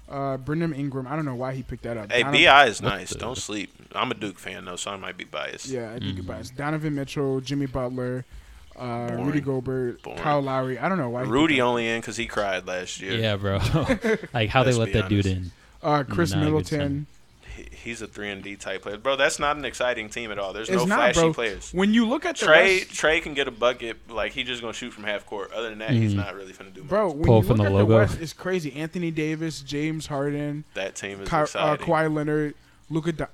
Speaker 1: Uh, Brendan Ingram. I don't know why he picked that up.
Speaker 5: Hey,
Speaker 1: Donovan-
Speaker 5: Bi is nice. Don't sleep. I'm a Duke fan though, so I might be biased.
Speaker 1: Yeah, I think it
Speaker 4: Mm-hmm.
Speaker 1: biased. Donovan Mitchell, Jimmy Butler, uh, Rudy
Speaker 5: Boring.
Speaker 1: Gobert,
Speaker 5: Boring.
Speaker 1: Kyle Lowry. I don't know why. he
Speaker 5: Rudy
Speaker 1: picked
Speaker 5: only in because he cried last year.
Speaker 4: Yeah, bro. like how they
Speaker 5: Let's
Speaker 4: let
Speaker 5: be
Speaker 4: that dude
Speaker 5: honest.
Speaker 4: in.
Speaker 1: that. Uh, Chris
Speaker 4: Not a good
Speaker 1: Middleton.
Speaker 5: He- He's a three and D type player, bro. That's not an exciting team at all. There's
Speaker 1: It's
Speaker 5: no
Speaker 1: not,
Speaker 5: flashy
Speaker 1: bro.
Speaker 5: players.
Speaker 1: When you look at the
Speaker 5: Trey
Speaker 1: West-
Speaker 5: Trey can get a bucket, like he just gonna shoot from half court. Other than that, he's
Speaker 4: Mm-hmm.
Speaker 5: not really finna do much.
Speaker 1: bro, when
Speaker 4: Pull
Speaker 1: you look
Speaker 4: from the
Speaker 1: at the
Speaker 4: logo.
Speaker 1: West, it's crazy. Anthony Davis, James Harden,
Speaker 5: That team is
Speaker 1: Ky- uh,
Speaker 5: exciting.
Speaker 1: Kawhi Leonard, Luka, Do-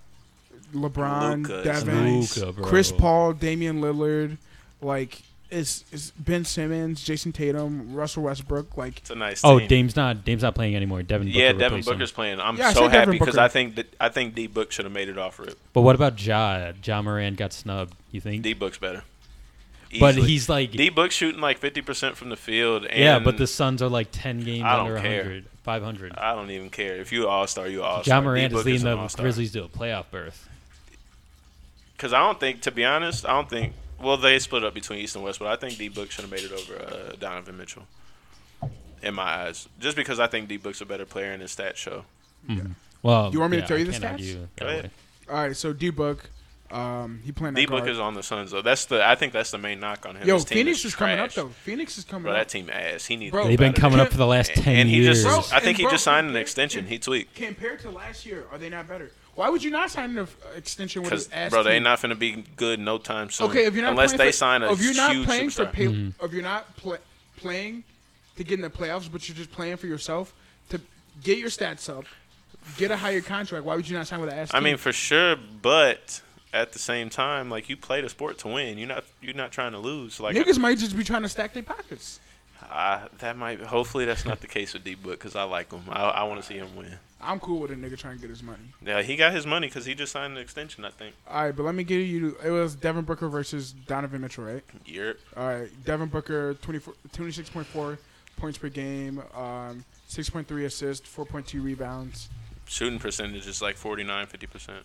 Speaker 1: LeBron,
Speaker 5: Luka is
Speaker 1: Devin,
Speaker 5: nice.
Speaker 4: Luka, bro.
Speaker 1: Chris Paul, Damian Lillard. Like it's it's Ben Simmons, Jason Tatum, Russell Westbrook. Like
Speaker 5: It's a nice.
Speaker 4: Oh,
Speaker 5: team.
Speaker 4: Dame's not Dame's not playing anymore. Devin Booker
Speaker 5: Yeah, Devin
Speaker 4: replaced him.
Speaker 5: Booker's playing. I'm
Speaker 1: Yeah, I
Speaker 5: so
Speaker 1: said Devin
Speaker 5: happy because
Speaker 1: Booker.
Speaker 5: I think that I think D Book should have made it off rip.
Speaker 4: But what about Ja? Ja Moran got snubbed. You think?
Speaker 5: D Book's better.
Speaker 4: but
Speaker 5: Easily.
Speaker 4: he's like,
Speaker 5: D Book shooting like fifty percent from the field. And
Speaker 4: yeah. But the Suns are like ten games
Speaker 5: I don't
Speaker 4: under
Speaker 5: care.
Speaker 4: 100, 500.
Speaker 5: I don't even care if you all star, you all star.
Speaker 4: John Moran is leading the Grizzlies to a playoff berth.
Speaker 5: Because I don't think, to be honest, I don't think. Well, they split up between East and West, but I think D Book should have made it over uh, Donovan Mitchell. In my eyes, just because I think D Book's a better player in his stat show.
Speaker 4: Well,
Speaker 1: You want me to
Speaker 4: yeah,
Speaker 1: tell you
Speaker 4: I
Speaker 1: the
Speaker 4: can't
Speaker 1: stats?
Speaker 4: argue that
Speaker 5: Go ahead.
Speaker 4: way.
Speaker 1: all right, so D Book, um, he playing that
Speaker 5: D Book
Speaker 1: guard.
Speaker 5: is on the Suns though. That's the I think that's the main knock on him.
Speaker 1: Yo,
Speaker 5: His team
Speaker 1: Phoenix
Speaker 5: is,
Speaker 1: is, coming up
Speaker 5: trash.
Speaker 1: though. Phoenix is coming
Speaker 5: Bro,
Speaker 1: up.
Speaker 5: that team ass. He needs.
Speaker 1: Bro,
Speaker 5: to
Speaker 4: They've
Speaker 5: be
Speaker 4: been
Speaker 5: better.
Speaker 4: coming up for the last
Speaker 5: And-
Speaker 4: ten
Speaker 5: and he
Speaker 4: years.
Speaker 5: just, I
Speaker 1: And
Speaker 5: think he
Speaker 1: bro-
Speaker 5: just signed an extension. He tweaked
Speaker 1: Compared to last year, are they not better? Why would you not sign an uh, extension with
Speaker 5: because
Speaker 1: his ass?
Speaker 5: bro, they
Speaker 1: team?
Speaker 5: not finna be good no time soon.
Speaker 1: Okay, if you're not
Speaker 5: unless
Speaker 1: playing
Speaker 5: they
Speaker 1: for,
Speaker 5: sign a
Speaker 1: if you're not
Speaker 5: huge
Speaker 1: playing for
Speaker 5: superstar.
Speaker 1: pay, if you're not pl- playing to get in the playoffs, but you're just playing for yourself to get your stats up, get a higher contract. Why would you not sign with an ass?
Speaker 5: I
Speaker 1: team?
Speaker 5: mean, for sure, but at the same time, like you play the sport to win. You're not you're not trying to lose. Like
Speaker 1: niggas might just be trying to stack their pockets.
Speaker 5: I, that might hopefully that's not the case with D Book because I like him. I, I want to see him win.
Speaker 1: I'm cool with a nigga trying to get his money.
Speaker 5: Yeah, he got his money because he just signed an extension. I think.
Speaker 1: All right, but let me give you. It was Devin Booker versus Donovan Mitchell, right?
Speaker 5: Yep.
Speaker 1: All right, Devin Booker 24 26.4 points per game, um, 6.3 assists, 4.2 rebounds.
Speaker 5: Shooting percentage is like 49, 50 percent,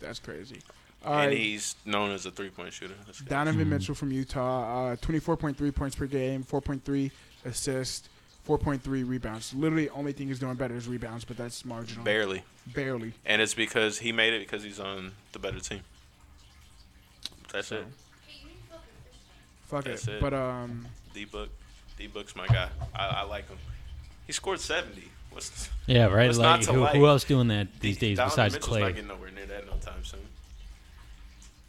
Speaker 1: That's crazy. All
Speaker 5: and
Speaker 1: right,
Speaker 5: he's known as a three point shooter. That's good.
Speaker 1: Donovan Mitchell from Utah, uh, 24.3 points per game, 4.3 assists, 4.3 rebounds. Literally, only thing he's doing better is rebounds, but that's marginal.
Speaker 5: Barely,
Speaker 1: Barely.
Speaker 5: and it's because he made it because he's on the better team. That's it.
Speaker 1: Fuck
Speaker 5: That's
Speaker 1: it.
Speaker 5: it.
Speaker 1: But um,
Speaker 5: D Book, D Book's my guy. I, I like him. He scored seventy. What's
Speaker 4: Yeah, right.
Speaker 5: What's not
Speaker 4: Like,
Speaker 5: to
Speaker 4: who,
Speaker 5: like?
Speaker 4: who else doing that these
Speaker 5: D-
Speaker 4: days
Speaker 5: Donovan
Speaker 4: besides
Speaker 5: Mitchell's
Speaker 4: Clay?
Speaker 5: Not getting nowhere near that no time soon.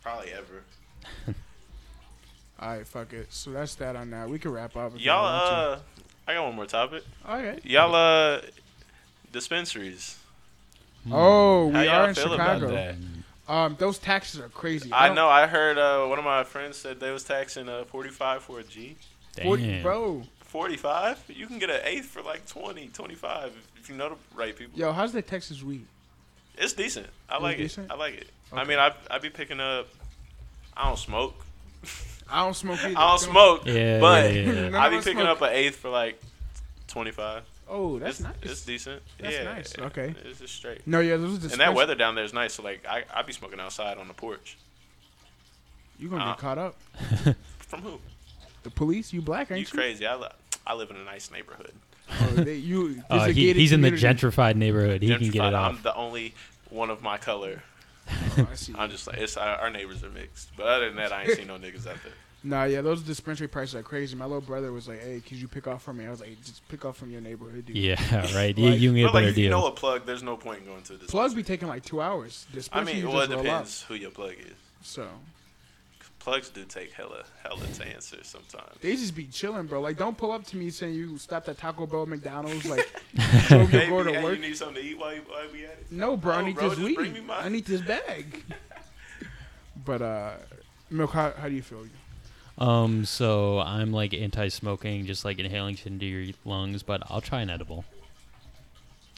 Speaker 5: Probably ever.
Speaker 1: all right, fuck it. So that's that on that. We can wrap up. if you
Speaker 5: Y'all,
Speaker 1: want to.
Speaker 5: uh, I got one more topic.
Speaker 1: all right.
Speaker 5: Y'all, uh, dispensaries.
Speaker 4: Mm.
Speaker 1: Oh,
Speaker 5: How
Speaker 1: we
Speaker 5: y'all
Speaker 1: are in
Speaker 5: feel
Speaker 1: Chicago.
Speaker 5: about that?
Speaker 1: Um, those taxes are crazy.
Speaker 5: I
Speaker 1: don't-
Speaker 5: know. I heard uh, one of my friends said they was taxing uh, forty five for a G.
Speaker 1: Forty-
Speaker 4: Damn.
Speaker 1: bro.
Speaker 5: Forty five? You can get an eighth for like 20, 25 if you know the right people.
Speaker 1: Yo, how's the Texas weed?
Speaker 5: It's decent. I like it.
Speaker 1: decent?
Speaker 5: I like it. I
Speaker 1: Okay.
Speaker 5: mean, I I be picking up. I don't smoke.
Speaker 1: I don't smoke either.
Speaker 5: I don't smoke.
Speaker 4: Yeah,
Speaker 5: but
Speaker 4: yeah, yeah,
Speaker 1: yeah.
Speaker 5: I
Speaker 1: None
Speaker 5: be
Speaker 1: of us
Speaker 5: picking
Speaker 1: smoke.
Speaker 5: up an eighth for like twenty five.
Speaker 1: Oh, that's
Speaker 5: it's,
Speaker 1: nice.
Speaker 5: It's decent.
Speaker 1: That's
Speaker 5: yeah,
Speaker 1: nice. Okay.
Speaker 5: It's just straight.
Speaker 1: no, yeah, those are
Speaker 5: And that
Speaker 1: dispensers.
Speaker 5: weather down there is nice. So like, I I be smoking outside on the porch.
Speaker 1: You gonna
Speaker 5: Uh,
Speaker 1: get caught up?
Speaker 5: From who?
Speaker 1: The police? You black? Ain't
Speaker 5: You
Speaker 1: you?
Speaker 5: crazy? I li- I live in a nice neighborhood.
Speaker 1: Oh, they- you
Speaker 4: Uh,
Speaker 1: it's a
Speaker 4: he,
Speaker 1: gated
Speaker 4: he's in the
Speaker 1: community.
Speaker 4: gentrified neighborhood. He can get
Speaker 5: Gentrified.
Speaker 4: it
Speaker 5: I'm
Speaker 4: off.
Speaker 5: the only one of my color.
Speaker 1: Oh, I see.
Speaker 5: I'm just like it's our, our neighbors are mixed. But other than that, I ain't seen no niggas out there.
Speaker 1: Nah, yeah, those dispensary prices are crazy. My little brother was like, "Hey, could you pick off from me?" I was like, "Just pick off from your neighborhood, dude."
Speaker 4: Yeah, right. You,
Speaker 1: Like-
Speaker 4: you can get a
Speaker 5: but like
Speaker 4: better
Speaker 5: if you know
Speaker 4: deal.
Speaker 5: a plug, there's no point in going to this.
Speaker 1: Plugs be taking like two hours.
Speaker 5: I
Speaker 1: Dispensary
Speaker 5: mean,
Speaker 1: you
Speaker 5: well, it
Speaker 1: just roll up.
Speaker 5: depends who your plug is.
Speaker 1: So
Speaker 5: Plugs do take hella hella to answer sometimes.
Speaker 1: they just be chilling, bro. Like, don't pull up to me saying you stopped at Taco Bell, McDonald's, like drove your
Speaker 5: Hey,
Speaker 1: girl
Speaker 5: hey,
Speaker 1: to work.
Speaker 5: you need something to eat while, you, while we at it?
Speaker 1: No, bro, I
Speaker 5: No,
Speaker 1: need
Speaker 5: bro,
Speaker 1: this
Speaker 5: just bring me
Speaker 1: weed.
Speaker 5: mine.
Speaker 1: I need this bag. but uh, milk, how, how do you feel?
Speaker 4: Um, so I'm like anti-smoking, just like inhaling shit into your lungs. But I'll try an edible.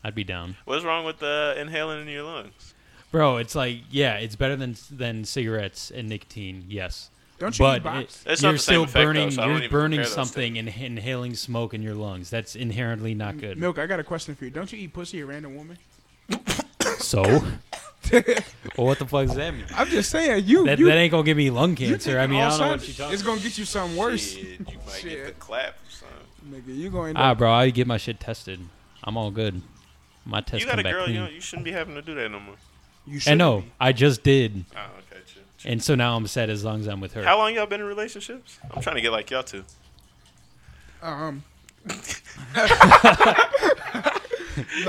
Speaker 4: I'd be down,
Speaker 5: What's wrong with uh, inhaling in your lungs?
Speaker 4: bro. It's like yeah, it's better than than cigarettes and nicotine. Yes.
Speaker 1: Don't you
Speaker 4: but
Speaker 1: eat box?
Speaker 4: it-
Speaker 5: It's not
Speaker 4: you're
Speaker 5: the same
Speaker 4: still
Speaker 5: effect, though,
Speaker 4: burning.
Speaker 5: so I don't
Speaker 4: you're
Speaker 5: even
Speaker 4: burning
Speaker 5: compare those
Speaker 4: something and inhaling smoke in your lungs. That's inherently not good.
Speaker 1: Milk, I got a question for you. Don't you eat pussy a random woman?
Speaker 4: So, well, what the fuck does that mean?
Speaker 1: I'm just saying, you
Speaker 4: That,
Speaker 1: you,
Speaker 4: that ain't gonna give me lung
Speaker 1: you
Speaker 4: cancer.
Speaker 1: thinking
Speaker 4: I mean,
Speaker 1: all
Speaker 4: I don't know
Speaker 1: sudden
Speaker 4: what you're talking.
Speaker 1: It's gonna get you something worse,
Speaker 5: Shit, you might get the
Speaker 1: Shit.
Speaker 5: clap or something.
Speaker 1: nigga. You going?
Speaker 4: Ah, bro, I get my shit tested. I'm all good. My test
Speaker 5: you got
Speaker 4: come
Speaker 5: a
Speaker 4: back
Speaker 5: girl, you,
Speaker 4: clean.
Speaker 5: know, you shouldn't be having to do that no more.
Speaker 1: you
Speaker 4: and
Speaker 1: shouldn't
Speaker 4: no,
Speaker 1: be.
Speaker 4: I just did,
Speaker 5: Oh, okay, chill, chill.
Speaker 4: and so now I'm set as long as I'm with her.
Speaker 5: How long y'all been in relationships? I'm trying to get like y'all two.
Speaker 1: Um. no,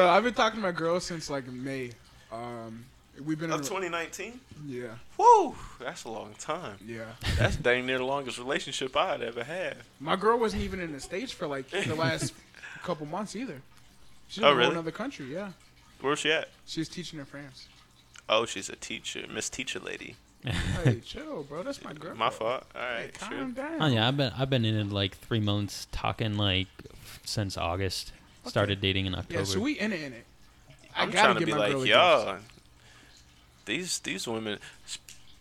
Speaker 1: I've been talking to my girl since like May. Um, we've been in,
Speaker 5: Of 2019?
Speaker 1: yeah,
Speaker 5: Whoa, that's a long time.
Speaker 1: yeah.
Speaker 5: That's dang near the longest relationship I'd ever had.
Speaker 1: My girl wasn't even in the states for like the last couple months either. She's
Speaker 5: Oh,
Speaker 1: in
Speaker 5: really?
Speaker 1: another country. Yeah,
Speaker 5: Where's she at?
Speaker 1: she's teaching in France.
Speaker 5: Oh, she's a teacher, Miss Teacher Lady.
Speaker 1: hey, chill, bro. That's my girl.
Speaker 5: My fault. All
Speaker 1: Hey,
Speaker 5: right,
Speaker 1: calm
Speaker 5: sure.
Speaker 1: down.
Speaker 4: Oh, yeah, I've been I've been in it like three months, talking like f- since August. Started dating in October.
Speaker 1: Yeah, so we in it, in it. I
Speaker 5: I'm
Speaker 1: gotta
Speaker 5: trying to
Speaker 1: get
Speaker 5: be
Speaker 1: my girl a
Speaker 5: like, y'all. These these women.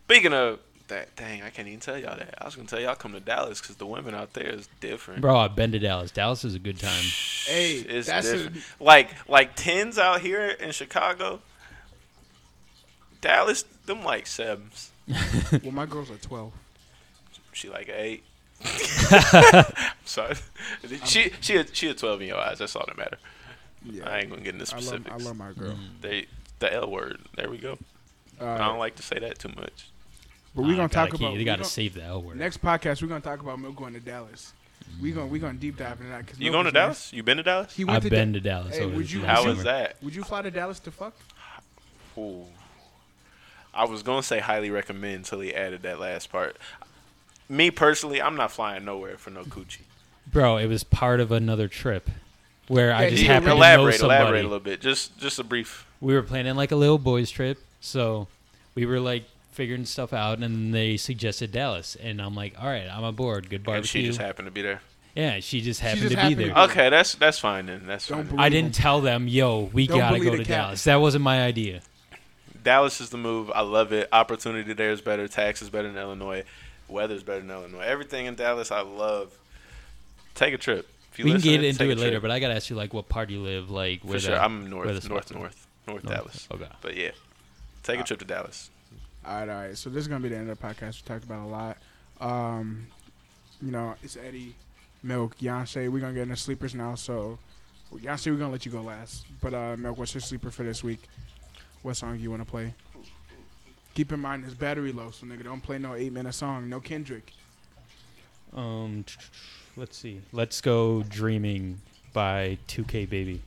Speaker 5: Speaking of that, dang, I can't even tell y'all that. I was gonna tell y'all come to Dallas because the women out there is different.
Speaker 4: Bro, I've been to Dallas. Dallas is a good time.
Speaker 1: Hey,
Speaker 5: It's
Speaker 1: that's a,
Speaker 5: different. like like tens out here in Chicago. Dallas, them like sevens.
Speaker 1: well, my girl's a twelve.
Speaker 5: She like a eight. Sorry, she she a, she a twelve in your eyes. That's all that matter.
Speaker 1: Yeah,
Speaker 5: I ain't gonna get into
Speaker 1: I love
Speaker 5: specifics.
Speaker 1: I love my girl.
Speaker 4: Mm-hmm.
Speaker 5: They the L word. There we go. I
Speaker 1: Uh,
Speaker 5: don't like to say that too much.
Speaker 1: but we're
Speaker 4: Uh,
Speaker 1: gonna
Speaker 4: gotta
Speaker 1: talk
Speaker 4: keep-
Speaker 1: about
Speaker 4: You
Speaker 1: we
Speaker 4: got to
Speaker 1: gon-
Speaker 4: save the L word.
Speaker 1: next podcast. We're gonna talk about Milk going to Dallas. We gonna we gonna deep dive into that. Cause
Speaker 5: You
Speaker 1: Milk
Speaker 5: going to
Speaker 1: is nice.
Speaker 5: Dallas? You been to Dallas?
Speaker 1: He went
Speaker 4: I've
Speaker 1: to
Speaker 4: been
Speaker 1: Da-
Speaker 4: to Dallas.
Speaker 1: Hey,
Speaker 4: over
Speaker 1: would
Speaker 4: the
Speaker 1: you-
Speaker 4: past
Speaker 5: How
Speaker 1: Yes,
Speaker 5: was
Speaker 4: summer.
Speaker 5: that?
Speaker 1: Would you fly to Dallas to fuck?
Speaker 5: Ooh. I was gonna say highly recommend until he added that last part. Me personally, I'm not flying nowhere for no coochie.
Speaker 4: Bro, it was part of another trip where I
Speaker 1: Yeah,
Speaker 4: just
Speaker 1: you
Speaker 4: happened to know
Speaker 5: elaborate, elaborate a
Speaker 4: somebody.
Speaker 5: little bit. Just just a brief.
Speaker 4: We were planning like a little boys trip, so we were like figuring stuff out, and they suggested Dallas, and I'm like, all right, I'm aboard. Good
Speaker 5: And
Speaker 4: barbecue.
Speaker 5: she just happened to be there.
Speaker 4: yeah, she just happened
Speaker 1: just
Speaker 4: to
Speaker 1: happened
Speaker 4: be
Speaker 1: to
Speaker 4: there.
Speaker 1: be-
Speaker 5: Okay, that's that's fine then. That's
Speaker 1: Don't
Speaker 5: fine. then.
Speaker 1: believe
Speaker 4: I didn't tell them, yo, we
Speaker 1: Don't
Speaker 4: gotta
Speaker 1: believe
Speaker 4: go
Speaker 1: the
Speaker 4: to
Speaker 1: cat.
Speaker 4: Dallas. That wasn't my idea.
Speaker 5: Dallas is the move. I love it. Opportunity there is better. Tax is better than Illinois. Weather's better than Illinois. Everything in Dallas, I love. Take a trip. If you
Speaker 4: we can
Speaker 5: listening,
Speaker 4: get into
Speaker 5: take a
Speaker 4: it later,
Speaker 5: trip.
Speaker 4: but I gotta ask you like what part you live, like where
Speaker 5: for sure,
Speaker 4: the,
Speaker 5: I'm
Speaker 4: where the
Speaker 5: north,
Speaker 4: spots
Speaker 5: north,
Speaker 4: are.
Speaker 5: north, north
Speaker 4: North.
Speaker 5: Dallas.
Speaker 4: Okay. Ah.
Speaker 5: But yeah, take a trip to Dallas.
Speaker 1: All right, all right. So this is gonna be the end of the podcast. We talked about a lot. Um, you know, it's Eddie, Milk, Yonsei. We're gonna get into sleepers now. So Yonsei, we're gonna let you go last. But uh, Milk, what's your sleeper for this week? What song you wanna play? Keep in mind his battery low, so nigga don't play no eight minute song. No Kendrick.
Speaker 4: Um, tch, tch, tch, let's see. Let's go dreaming by 2K Baby.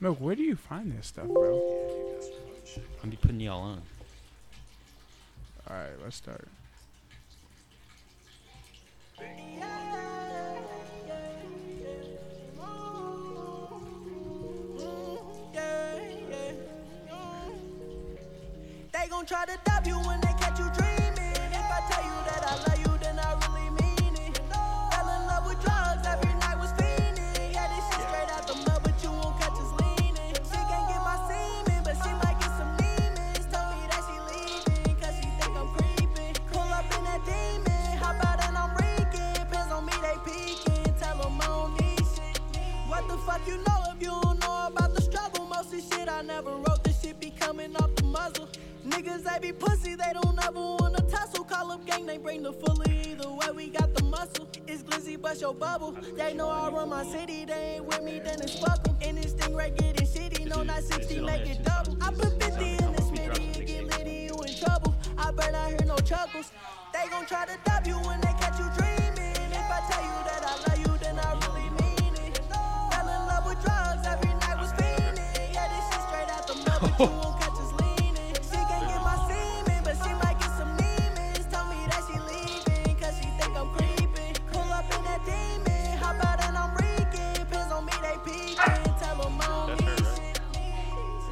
Speaker 1: Milk, where do you find this stuff, bro? All
Speaker 4: I'm be putting y'all on.
Speaker 1: right, let's start.
Speaker 6: They gon' try to stop you when they catch you dreaming. If I tell you that I love you, then I really mean it. Fell in love with drugs, every night was fiending. Yeah, this shit straight out the mud, but you won't catch us leaning. She can't get my semen, but she might get some demons. Told me that she leaving, cause she think I'm creeping. Pull up in that demon, hop out and I'm reeking. Pins on me, they peeking. Tell 'em I don't need shit. What the fuck you know if you don't know about the struggle? Most of shit I never wrote, this shit be coming off the muzzle. Niggas, they be pussy, they don't ever wanna tussle. Call up gang, they bring the fully. Either way, we got the muscle. It's glizzy, bust your bubble. They know I run my city, they ain't with me, then it's fuck 'em. And this thing right getting shitty, no, not 60, make it double. I put 50 in this minute, you get litty, you in trouble. I bet I hear no chuckles. They gon' try to dub you when they catch you dreaming. If I tell you that I love you, then I really mean it. Fell in love with drugs, every night was fiending. Yeah, this shit straight out the mud, but you won't catch us leaning. She can't get my semen, but she might get some demons. Told me that she leaving, cause she think I'm creeping. Pull up in that demon, hop out and I'm reeking. Pins on me, they peeking. Tell 'em I don't need shit.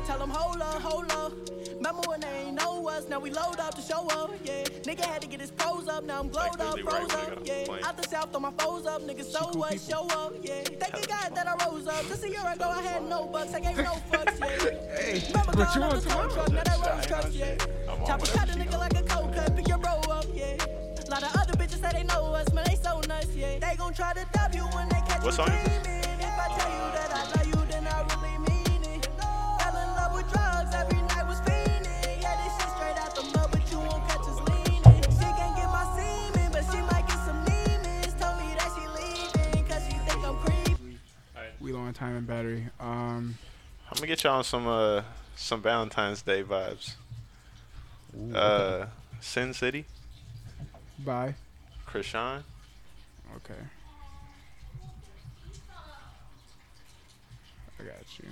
Speaker 6: Tell them, hold up, hold up. Remember when they ain't know us? Now we load up to show up, yeah. Nigga had to get his pros up, now I'm glowed up,
Speaker 5: literally right
Speaker 6: froze
Speaker 5: when I got off
Speaker 6: up,
Speaker 5: the plane.
Speaker 6: yeah. Out the south, throw my foes up, nigga, so what, show up, yeah. Thank you God that I rose up. Just a year ago, I had no bucks, I gave no fucks, yeah. Remember
Speaker 1: but you
Speaker 6: growing up
Speaker 1: on time.
Speaker 6: the tow truck, now that road's crushed, yeah. Chop a shot a nigga like a cold cut, pick your bro up, yeah. Lot of other bitches say they know us, man, they so nuts, yeah. They gon' try to dub you when they catch
Speaker 5: What
Speaker 6: you
Speaker 5: song is this?
Speaker 6: dreaming. If I tell you that I love you, then I really mean it. Fell in love with drugs, every night was fiending. Yeah, this shit straight out the mud, but you won't catch us leaning. She can't get my semen, but she might get some demons. Told me that she leaving, cause she think I'm creepy.
Speaker 1: We low on time and battery. Um,
Speaker 5: I'm gonna get y'all on some uh some Valentine's Day vibes. Uh, Sin City,
Speaker 1: bye.
Speaker 5: Krishan.
Speaker 1: Okay. I got you.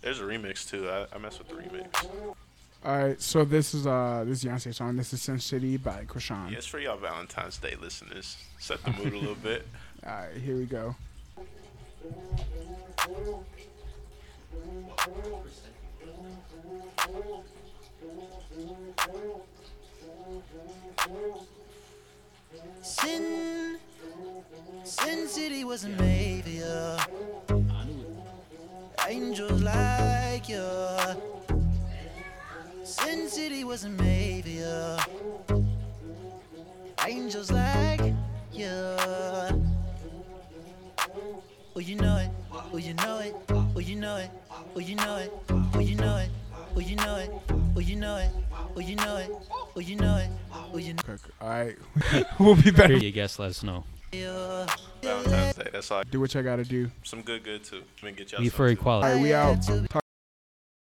Speaker 5: There's a remix too. I, I mess with the remix.
Speaker 1: All right, so this is uh this is Beyonce song. This is Sin City by Krishan.
Speaker 5: Yes, for y'all Valentine's Day listeners. Set the mood a little bit.
Speaker 1: All right, here we go.
Speaker 9: Sin, Sin City was a mafia. Angels like you. Sin City was a mafia. Angels like you. Oh, you know it. Oh, you know it. Oh, you know it. Oh, you know it. Oh, you know it. Oh, you know it. Oh, you know it. Oh, you know it. Oh, you know it. Oh, you know
Speaker 1: Okay, all right, we'll be back.
Speaker 4: Here you guess, let us know.
Speaker 9: it.
Speaker 5: Valentine's Day. That's like
Speaker 1: Do what you gotta do.
Speaker 5: some good, good too. I mean, get y'all.
Speaker 4: Be
Speaker 5: some
Speaker 4: for
Speaker 5: too.
Speaker 4: equality.
Speaker 1: All right, we out. Talk